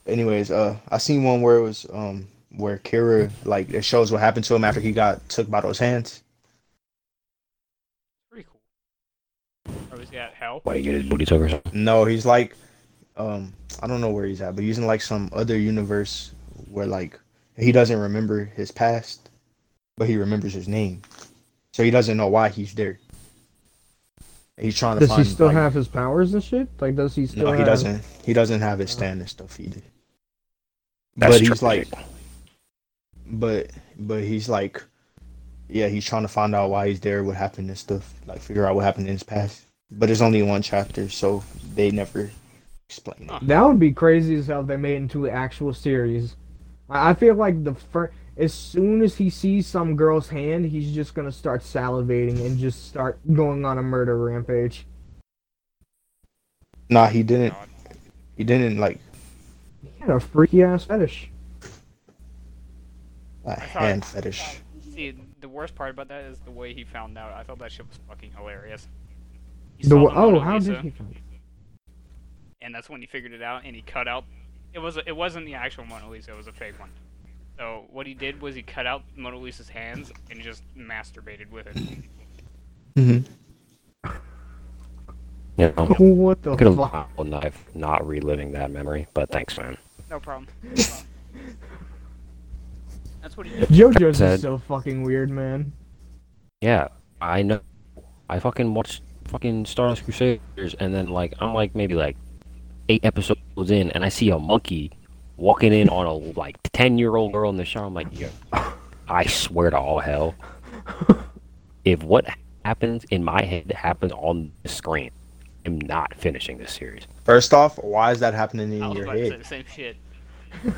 S1: anyways, uh, I seen one where it was um where Kira like it shows what happened to him after he got took by those hands.
S4: Pretty cool. Or was he at Hell?
S3: Why you get his booty took or something?
S1: No, he's like, um, I don't know where he's at, but he's in like some other universe where like he doesn't remember his past, but he remembers his name, so he doesn't know why he's there. He's trying to
S2: Does
S1: find.
S2: he still
S1: like-
S2: have his powers and shit? Like, does he still?
S1: No, he
S2: have-
S1: doesn't. He doesn't have his stand and stuff either.
S3: That's
S1: but he's
S3: tragic.
S1: like, but but he's like, yeah, he's trying to find out why he's there, what happened and stuff, like figure out what happened in his past. But there's only one chapter, so they never explain it.
S2: That would be crazy as hell. If they made it into an actual series. I I feel like the first, as soon as he sees some girl's hand, he's just gonna start salivating and just start going on a murder rampage.
S1: Nah, he didn't. He didn't like
S2: He had a freaky ass fetish.
S1: a
S4: thought-
S1: hand fetish.
S4: See, the worst part about that is the way he found out. I thought that shit was fucking hilarious. He
S2: The,
S4: saw
S2: w-
S4: the
S2: oh,
S4: Mona
S2: how
S4: Lisa,
S2: did he? Find it?
S4: And that's when he figured it out, and he cut out. It was it wasn't the actual Mona Lisa. It was a fake one. So what he did was he cut out Mona Lisa's hands and just masturbated with it.
S1: hmm
S3: you know,
S2: What the
S3: could have
S2: fuck?
S3: knife, not reliving that memory. But thanks, man.
S4: No problem. that's what he did.
S2: JoJo's
S3: Said-
S2: is so fucking weird, man.
S3: Yeah, I know. I fucking watched fucking Stardust Crusaders, and then like I'm like maybe like eight episodes in, and I see a monkey walking in on a like ten year old girl in the shower. I'm like, yo, I swear to all hell, if what happens in my head happens on the screen. I'm not finishing this series.
S1: First off, why is that happening in
S4: I was
S1: your
S4: about to say
S1: head?
S4: the same shit.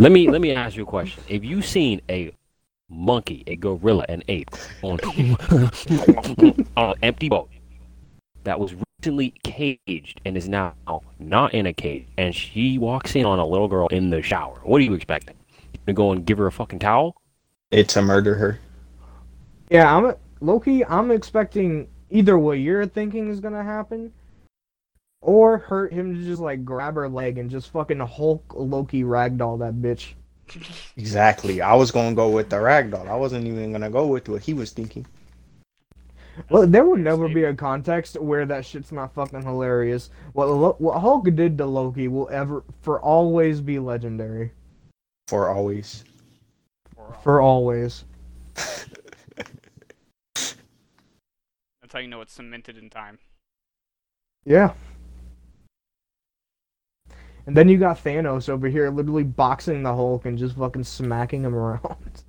S3: let me let me ask you a question. If you seen a monkey, a gorilla, an ape on, on an empty boat that was recently caged and is now not in a cage, and she walks in on a little girl in the shower, what are you expecting? You gonna go and give her a fucking towel?
S1: It to murder her.
S2: Yeah, I'm Loki. I'm expecting either what you're thinking is gonna happen, or hurt him to just like grab her leg and just fucking Hulk Loki ragdoll that bitch.
S1: Exactly. I was gonna go with the ragdoll. I wasn't even gonna go with what he was thinking.
S2: Well, there would never be a context where that shit's not fucking hilarious. What Lo- what Hulk did to Loki will ever for always be legendary.
S1: For always.
S2: For always.
S4: That's how you know it's cemented in time.
S2: Yeah. And then you got Thanos over here literally boxing the Hulk and just fucking smacking him around.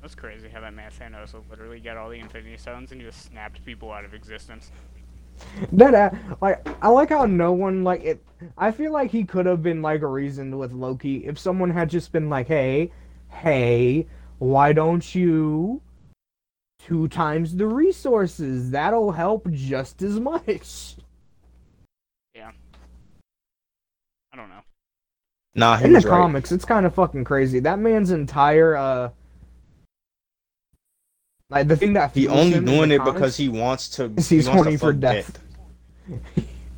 S4: That's crazy how that man Thanos literally got all the Infinity Stones and just snapped people out of existence.
S2: that a- like I like how no one like it I feel like he could have been like reasoned with Loki if someone had just been like, "Hey, hey, why don't you two times the resources? That'll help just as much."
S4: I don't know.
S1: Nah, he
S2: In the
S1: was right.
S2: comics, it's kind of fucking crazy. That man's entire uh like the thing that
S1: He
S2: fuels
S1: only
S2: him in
S1: doing
S2: the
S1: it
S2: comics-
S1: because he wants to.
S2: He's
S1: he wants to
S2: horny for
S1: fuck
S2: death.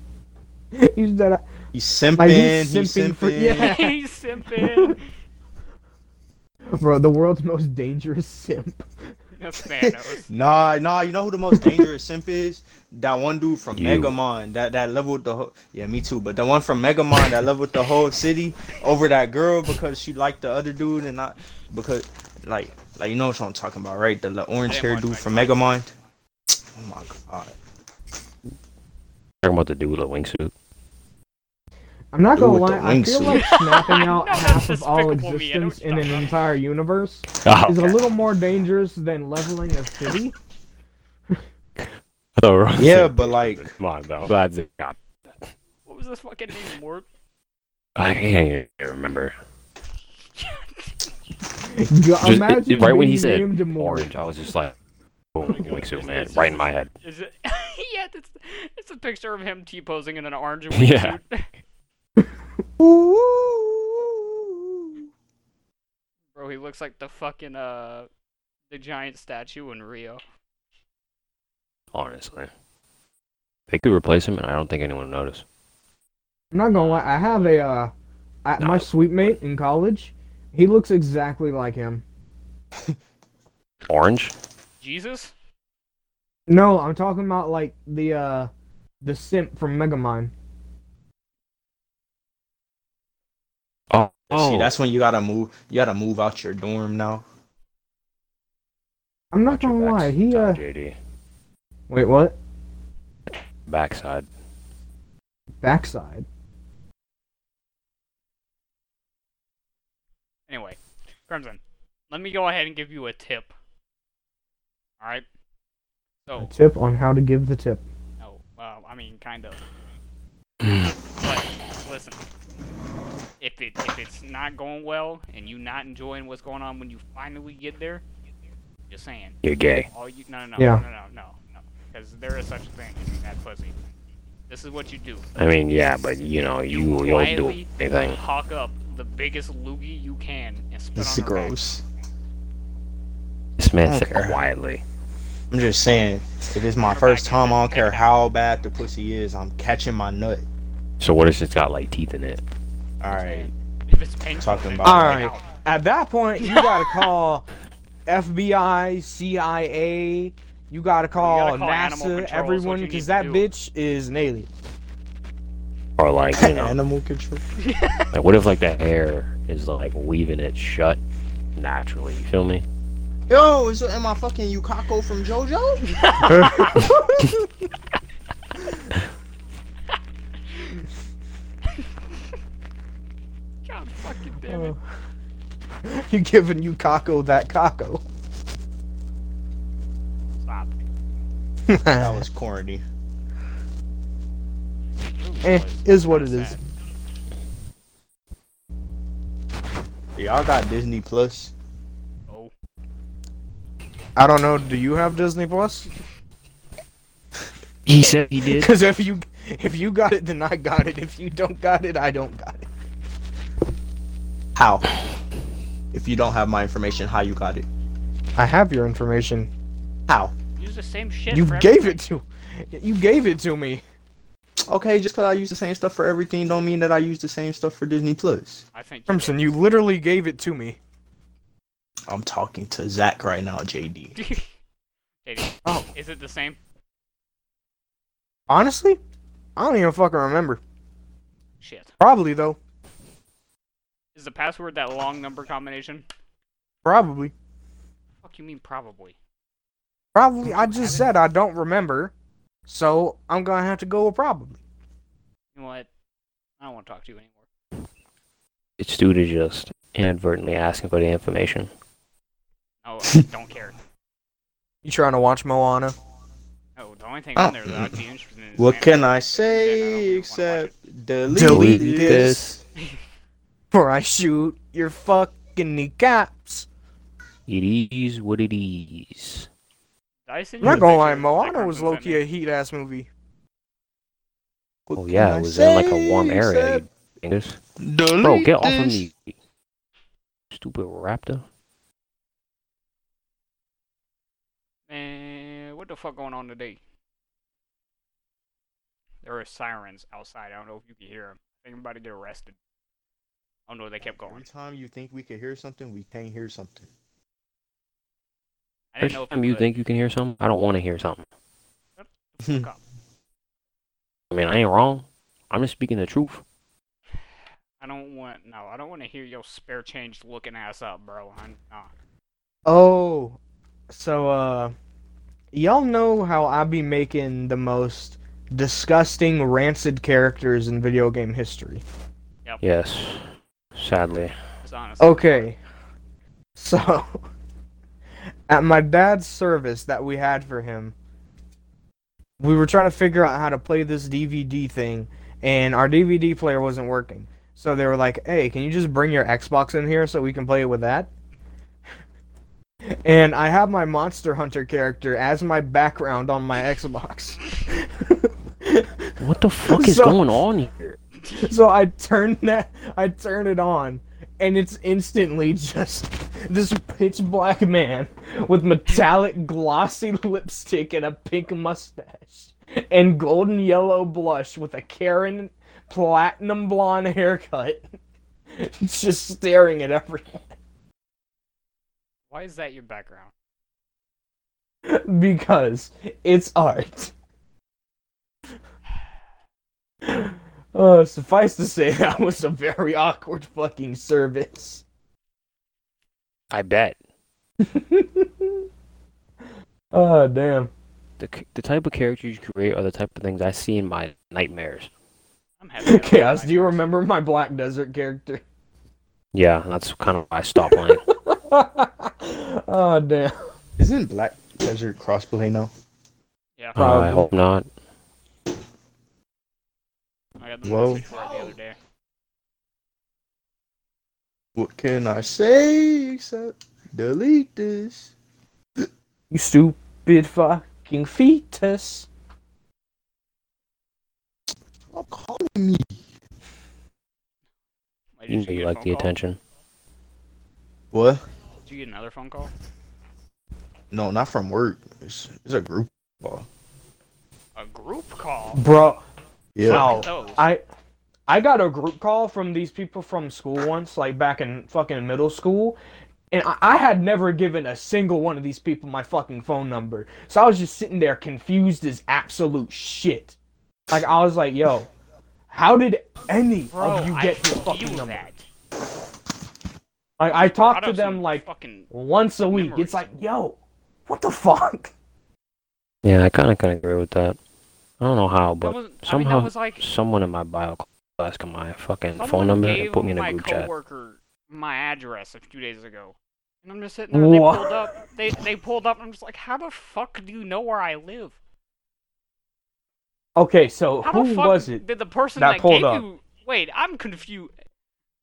S2: he's that
S1: He's simping.
S2: Like,
S1: he's
S2: he's
S1: simping.
S2: simping for- yeah.
S4: He's simping.
S2: uh, bro, the world's most dangerous simp.
S4: That's Thanos.
S1: Nah, nah. You know who the most dangerous simp is? That one dude from
S3: You.
S1: Megamon. That that leveled the. Whole, yeah, me too. But the one from Megamon that leveled the whole city over that girl because she liked the other dude and not because like like you know what I'm talking about, right? The, the orange hair
S4: watch
S1: dude
S4: Megamon.
S1: from Megamon. Oh my god.
S3: Talking about the dude with the wingsuit.
S2: I'm not
S1: Dude
S2: gonna
S1: with the
S2: lie, I feel
S1: wingsuit.
S2: like snapping
S4: No,
S2: out
S4: that's
S2: half of all
S4: despicable me, I know
S2: existence
S4: what
S2: in
S4: you're
S2: an
S4: talking
S2: entire universe
S3: Oh,
S2: is a
S3: okay.
S2: little more dangerous than leveling a city.
S3: Oh, right.
S1: Yeah, but like
S3: Come on, bro. Glad they got.
S4: What was this fucking name? Mork?
S3: I can't even remember.
S2: Yo,
S3: Just-
S2: Imagine
S3: it- right when he
S2: being
S3: said
S2: named Mor-
S3: orange, I was just like, boom,
S4: my God,
S3: wingsuit
S4: is
S3: man,
S4: this-
S3: right in my head.
S4: Is it? yeah, it's it's a picture of him t posing in an orange
S3: Yeah.
S4: wingsuit. Bro, he looks like the fucking uh, the giant statue in Rio.
S3: Honestly, they could replace him, and I don't think anyone would notice.
S2: I'm not gonna lie, I have a uh, I,
S3: Nah.
S2: my sweet mate in college. He looks exactly like him.
S3: Orange?
S4: Jesus?
S2: No, I'm talking about like the uh the simp from Megamind.
S3: Oh,
S1: see, that's when you gotta move. You gotta move out your dorm now.
S2: I'm not gonna lie, he uh
S3: JD
S2: wait what?
S3: backside.
S2: Backside.
S4: Anyway, Crimson, let me go ahead and give you a tip. Alright?
S2: A
S4: So,
S2: tip on how to give the tip.
S4: no, Oh, well, I mean, kind of.
S3: That's
S4: But, listen. If, it, if it's not going well and you not enjoying what's going on when you finally get there, just saying.
S3: You're gay.
S4: All you no no no
S2: Yeah.
S4: no no no no because there is such a thing as bad pussy. This is what you do.
S3: I mean, yeah, but you know, you
S4: You
S3: you'll do
S4: quietly-
S3: anything.
S4: Hawk up the biggest loogie you can and spit
S1: This
S4: on
S1: is
S4: her back.
S1: gross.
S3: This man
S1: Okay.
S3: said quietly.
S1: I'm just saying, if it's my first time, I don't care how bad the pussy is, I'm catching my nut.
S3: So what if it's got like teeth in it?
S1: All right.
S4: If it's painful,
S1: Talking
S4: then
S1: about-
S4: take it
S2: Alright.
S4: out.
S2: At that point, you gotta call FBI, CIA. You gotta call,
S4: gotta call animal control
S2: NASA,
S4: is what
S2: everyone,
S4: you need
S2: because
S4: to
S2: that
S4: do.
S2: bitch is an alien.
S3: Or like, you know,
S1: Animal control.
S3: like what if like the hair is like weaving it shut naturally? You feel me?
S1: Yo, is am I fucking Yukako from JoJo?
S4: God fucking damn it.
S2: Oh. you giving you Kako that Kako.
S4: up.
S1: That was corny.
S2: Eh, is what it is.
S1: Y'all got Disney Plus?
S4: Oh,
S2: I don't know. Do you have Disney Plus?
S3: He said he did.
S2: Because if you if you got it, then I got it. If you don't got it, I don't got it.
S1: How? If you don't have my information, how you got it?
S2: I have your information.
S1: How?
S4: use the same shit.
S2: You
S4: for
S2: gave
S4: everything.
S2: it to. You gave it to me.
S1: Okay, just because I use the same stuff for everything, don't mean that I use the same stuff for Disney Plus.
S4: I think. you
S2: Crimson, you literally gave it to me.
S1: I'm talking to Zach right now, JD.
S4: did. JD,
S2: Oh.
S4: is it the same?
S2: Honestly, I don't even fucking remember.
S4: Shit.
S2: Probably though.
S4: Is the password that long number combination?
S2: Probably.
S4: Fuck you mean probably?
S2: Probably. I just said I don't remember, so I'm gonna have to go with probably.
S4: You know what? I don't want to talk to you anymore.
S3: It's due to just inadvertently asking for the information.
S4: No, I don't care.
S2: You trying to watch Moana?
S4: No, the only thing
S2: Oh.
S4: on there that I'd be interested in. Is
S1: What
S4: anime.
S1: can I
S4: Yeah, I don't
S1: say
S4: really wanna watch
S1: except
S4: it.
S1: delete,
S2: Delete
S1: this?
S2: Or I shoot your fucking kneecaps.
S3: It is what it is.
S4: Did I send
S2: I'm
S4: you
S2: not
S4: the
S2: gonna
S4: picture
S2: lie,
S4: that
S2: Moana
S4: Crimson
S2: was
S4: sent
S2: low key
S4: me?
S2: a heat ass movie.
S1: What
S3: Oh
S1: can
S3: yeah,
S1: I
S3: it was in like
S1: say
S3: a warm area.
S1: except
S3: You fingers.
S1: delete
S3: Bro, get off of
S1: this?
S3: me. Stupid raptor.
S4: Man, what the fuck going on today? There are sirens outside. I don't know if you can hear them. I think everybody get arrested. Oh no, they kept
S1: Every
S4: going.
S1: time you think we can hear something, we can't hear something.
S4: I didn't
S3: Every
S4: know if
S3: time you
S4: could.
S3: think you can hear something, I don't want to hear something.
S2: Hmm.
S3: Hmm.
S4: Fuck up.
S3: I mean, I ain't wrong. I'm just speaking the truth.
S4: I don't want no. I don't want to hear your spare change looking ass up, bro. I'm not.
S2: Oh, so uh, y'all know how I be making the most disgusting rancid characters in video game history.
S3: Yes. Sadly.
S4: It's honestly.
S2: Okay. So, at my dad's service that we had for him, we were trying to figure out how to play this DVD thing, and our DVD player wasn't working. So they were like, hey, can you just bring your Xbox in here so we can play it with that? And I have my Monster Hunter character as my background on my Xbox.
S3: What the fuck is
S2: So-
S3: going on here?
S2: So I turn that I turn it on and it's instantly just this pitch black man with metallic glossy lipstick and a pink mustache and golden yellow blush with a Karen platinum blonde haircut. It's just staring at everyone
S4: Why is that your background?
S2: because it's art. Uh, suffice to say, that was a very awkward fucking service.
S3: I bet.
S2: Oh damn.
S3: The, c- the type of characters you create are the type of things I see in my nightmares.
S4: I'm happy.
S2: Chaos, do you remember my Black Desert character?
S3: Yeah, that's kind of why I stopped playing.
S2: oh damn.
S1: Isn't Black Desert crossplay now?
S4: Yeah.
S3: Uh, I hope not.
S4: I got the
S1: Whoa.
S4: message for it the other day.
S1: What can I say except delete this?
S2: You stupid fucking fetus.
S1: Stop calling me.
S4: Wait,
S3: You
S4: did
S3: know you
S4: get a
S3: like
S4: phone
S3: the
S4: call?
S3: attention.
S1: What?
S4: Did you get another phone call?
S1: No, not from work. It's, it's a group call.
S4: A group call?
S2: Bro,
S1: Yeah.
S2: Wow.
S4: Those.
S2: I I got a group call from these people from school once, like back in fucking middle school. And I, I had never given a single one of these people my fucking phone number. So I was just sitting there confused as absolute shit. Like I was like, yo, how did any
S4: Bro,
S2: of you
S4: I
S2: get your
S4: feel
S2: fucking number?
S4: That.
S2: Like I
S4: Brought
S2: talk to
S4: up
S2: them
S4: some
S2: like
S4: Fucking...
S2: once a week.
S4: memories.
S2: It's like, yo, what the fuck?
S3: Yeah, I kind of kind of agree with that. I don't know how,
S4: That
S3: but
S4: was, I mean,
S3: somehow
S4: that was like
S3: someone in my bio class got my fucking
S4: someone
S3: phone number
S4: gave
S3: and put me in a
S4: my
S3: group chat.
S4: coworker my address a few days ago, And I'm just sitting there. and They
S2: Wha-
S4: pulled up. They they pulled up. And I'm just like, how the fuck do you know where I live?
S1: Okay, so
S4: How
S1: who
S4: the fuck
S1: was it?
S4: did the person
S1: that
S4: that,
S1: pulled
S4: gave
S1: up?
S4: you? Wait, I'm confused.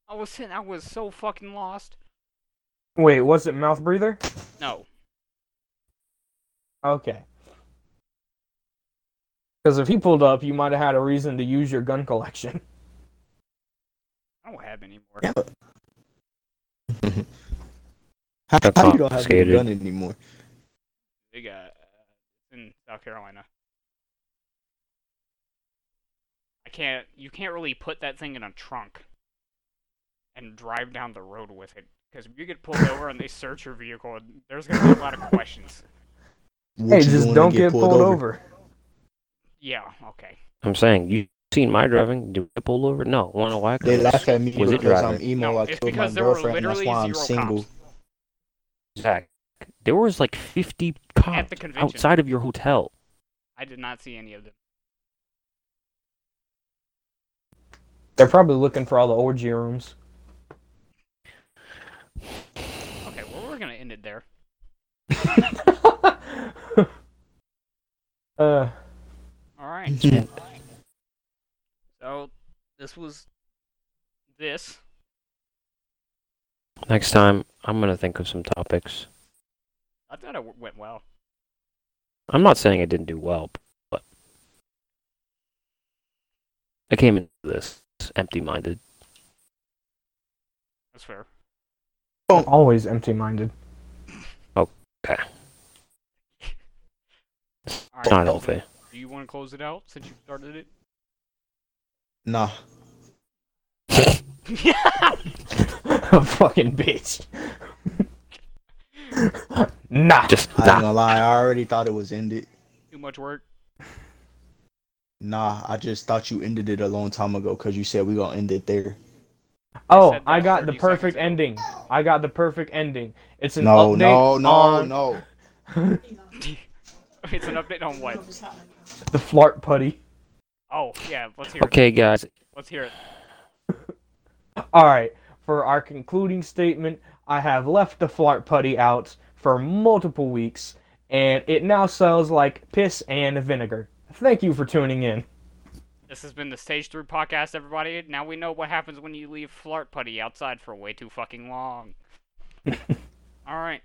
S4: I was sitting. I was so fucking lost.
S2: Wait, was it mouth breather?
S4: No,
S2: Okay. Because if he pulled up, you might have had a reason to use your gun collection.
S4: I don't have any more.
S1: Yeah. How,
S3: That's
S1: how you don't have a
S3: confiscated.
S1: gun anymore?
S4: They got uh, in South Carolina. I can't. You can't really put that thing in a trunk and drive down the road with it because you get pulled over and they search your vehicle. There's gonna be a lot of questions.
S1: What
S2: Hey,
S1: you
S2: just
S1: doing to
S2: don't get pulled, over.
S4: Yeah. Okay.
S3: I'm saying you seen my driving? Did I pull over? No. Wanna know why? 'Cause
S1: They
S3: it's-
S1: laugh at me
S3: Was it
S1: because I'm
S3: driving?
S1: emo.
S4: No,
S1: I
S4: it's
S1: killed my
S4: because there were
S1: girlfriend. and That's
S4: literally
S1: why I'm
S4: zero
S1: single.
S4: cops.
S3: Zach, there was like 50 cops
S4: At the convention.
S3: outside of your hotel.
S4: I did not see any of them.
S2: They're probably looking for all the orgy rooms.
S4: Okay. Well, we're gonna end it there.
S2: uh,
S4: All right.
S1: Mhm.
S4: So this was this.
S3: Next time, I'm gonna think of some topics.
S4: I thought it w- went well.
S3: I'm not saying I didn't do well, but I came into this empty-minded.
S4: That's fair.
S2: I'm always empty-minded.
S4: All
S3: It's not healthy.
S4: Do you want to close it out since you started it?
S1: Nah.
S2: Fucking bitch. nah.
S3: Just
S1: I ain't
S3: nah.
S1: gonna lie, I already thought it was ended.
S4: Too much work.
S1: Nah, I just thought you ended it a long time ago because you said we gonna end it there.
S2: Oh,
S4: said
S2: I
S4: that
S2: got the
S4: 30 seconds
S2: perfect
S4: ago.
S2: ending. I got the perfect ending. It's an
S1: No,
S2: update
S1: no, no,
S2: on
S1: no.
S4: it's an update on what?
S2: the flart putty.
S4: Oh yeah, let's hear it.
S3: Okay, guys.
S4: Let's hear it.
S2: All right, for our concluding statement, I have left the flart putty out for multiple weeks, and it now sells like piss and vinegar. Thank you for tuning in.
S4: This has been the Stage Three podcast, everybody. Now we know what happens when you leave Flart Putty outside for way too fucking long. All right.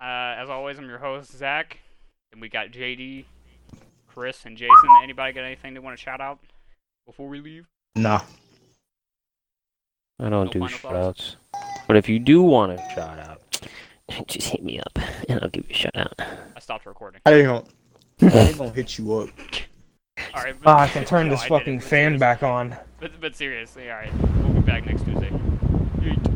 S4: Uh, as always, I'm your host Zach, and we got JD, Chris, and Jason. Anybody got anything they want to shout out before we leave?
S1: Nah.
S3: I don't
S4: No
S3: do
S4: final
S3: shout
S4: thoughts?
S3: outs. But if you do want a shout out, just hit me up and I'll give you a shout out.
S4: I stopped recording.
S1: I ain't gonna, I ain't gonna hit you up.
S4: All right.
S2: Ah, I can turn
S4: No,
S2: this
S4: I did it.
S2: fucking
S4: But
S2: fan
S4: seriously-
S2: back on.
S4: But, but seriously, all right. We'll be back next Tuesday. Yeet.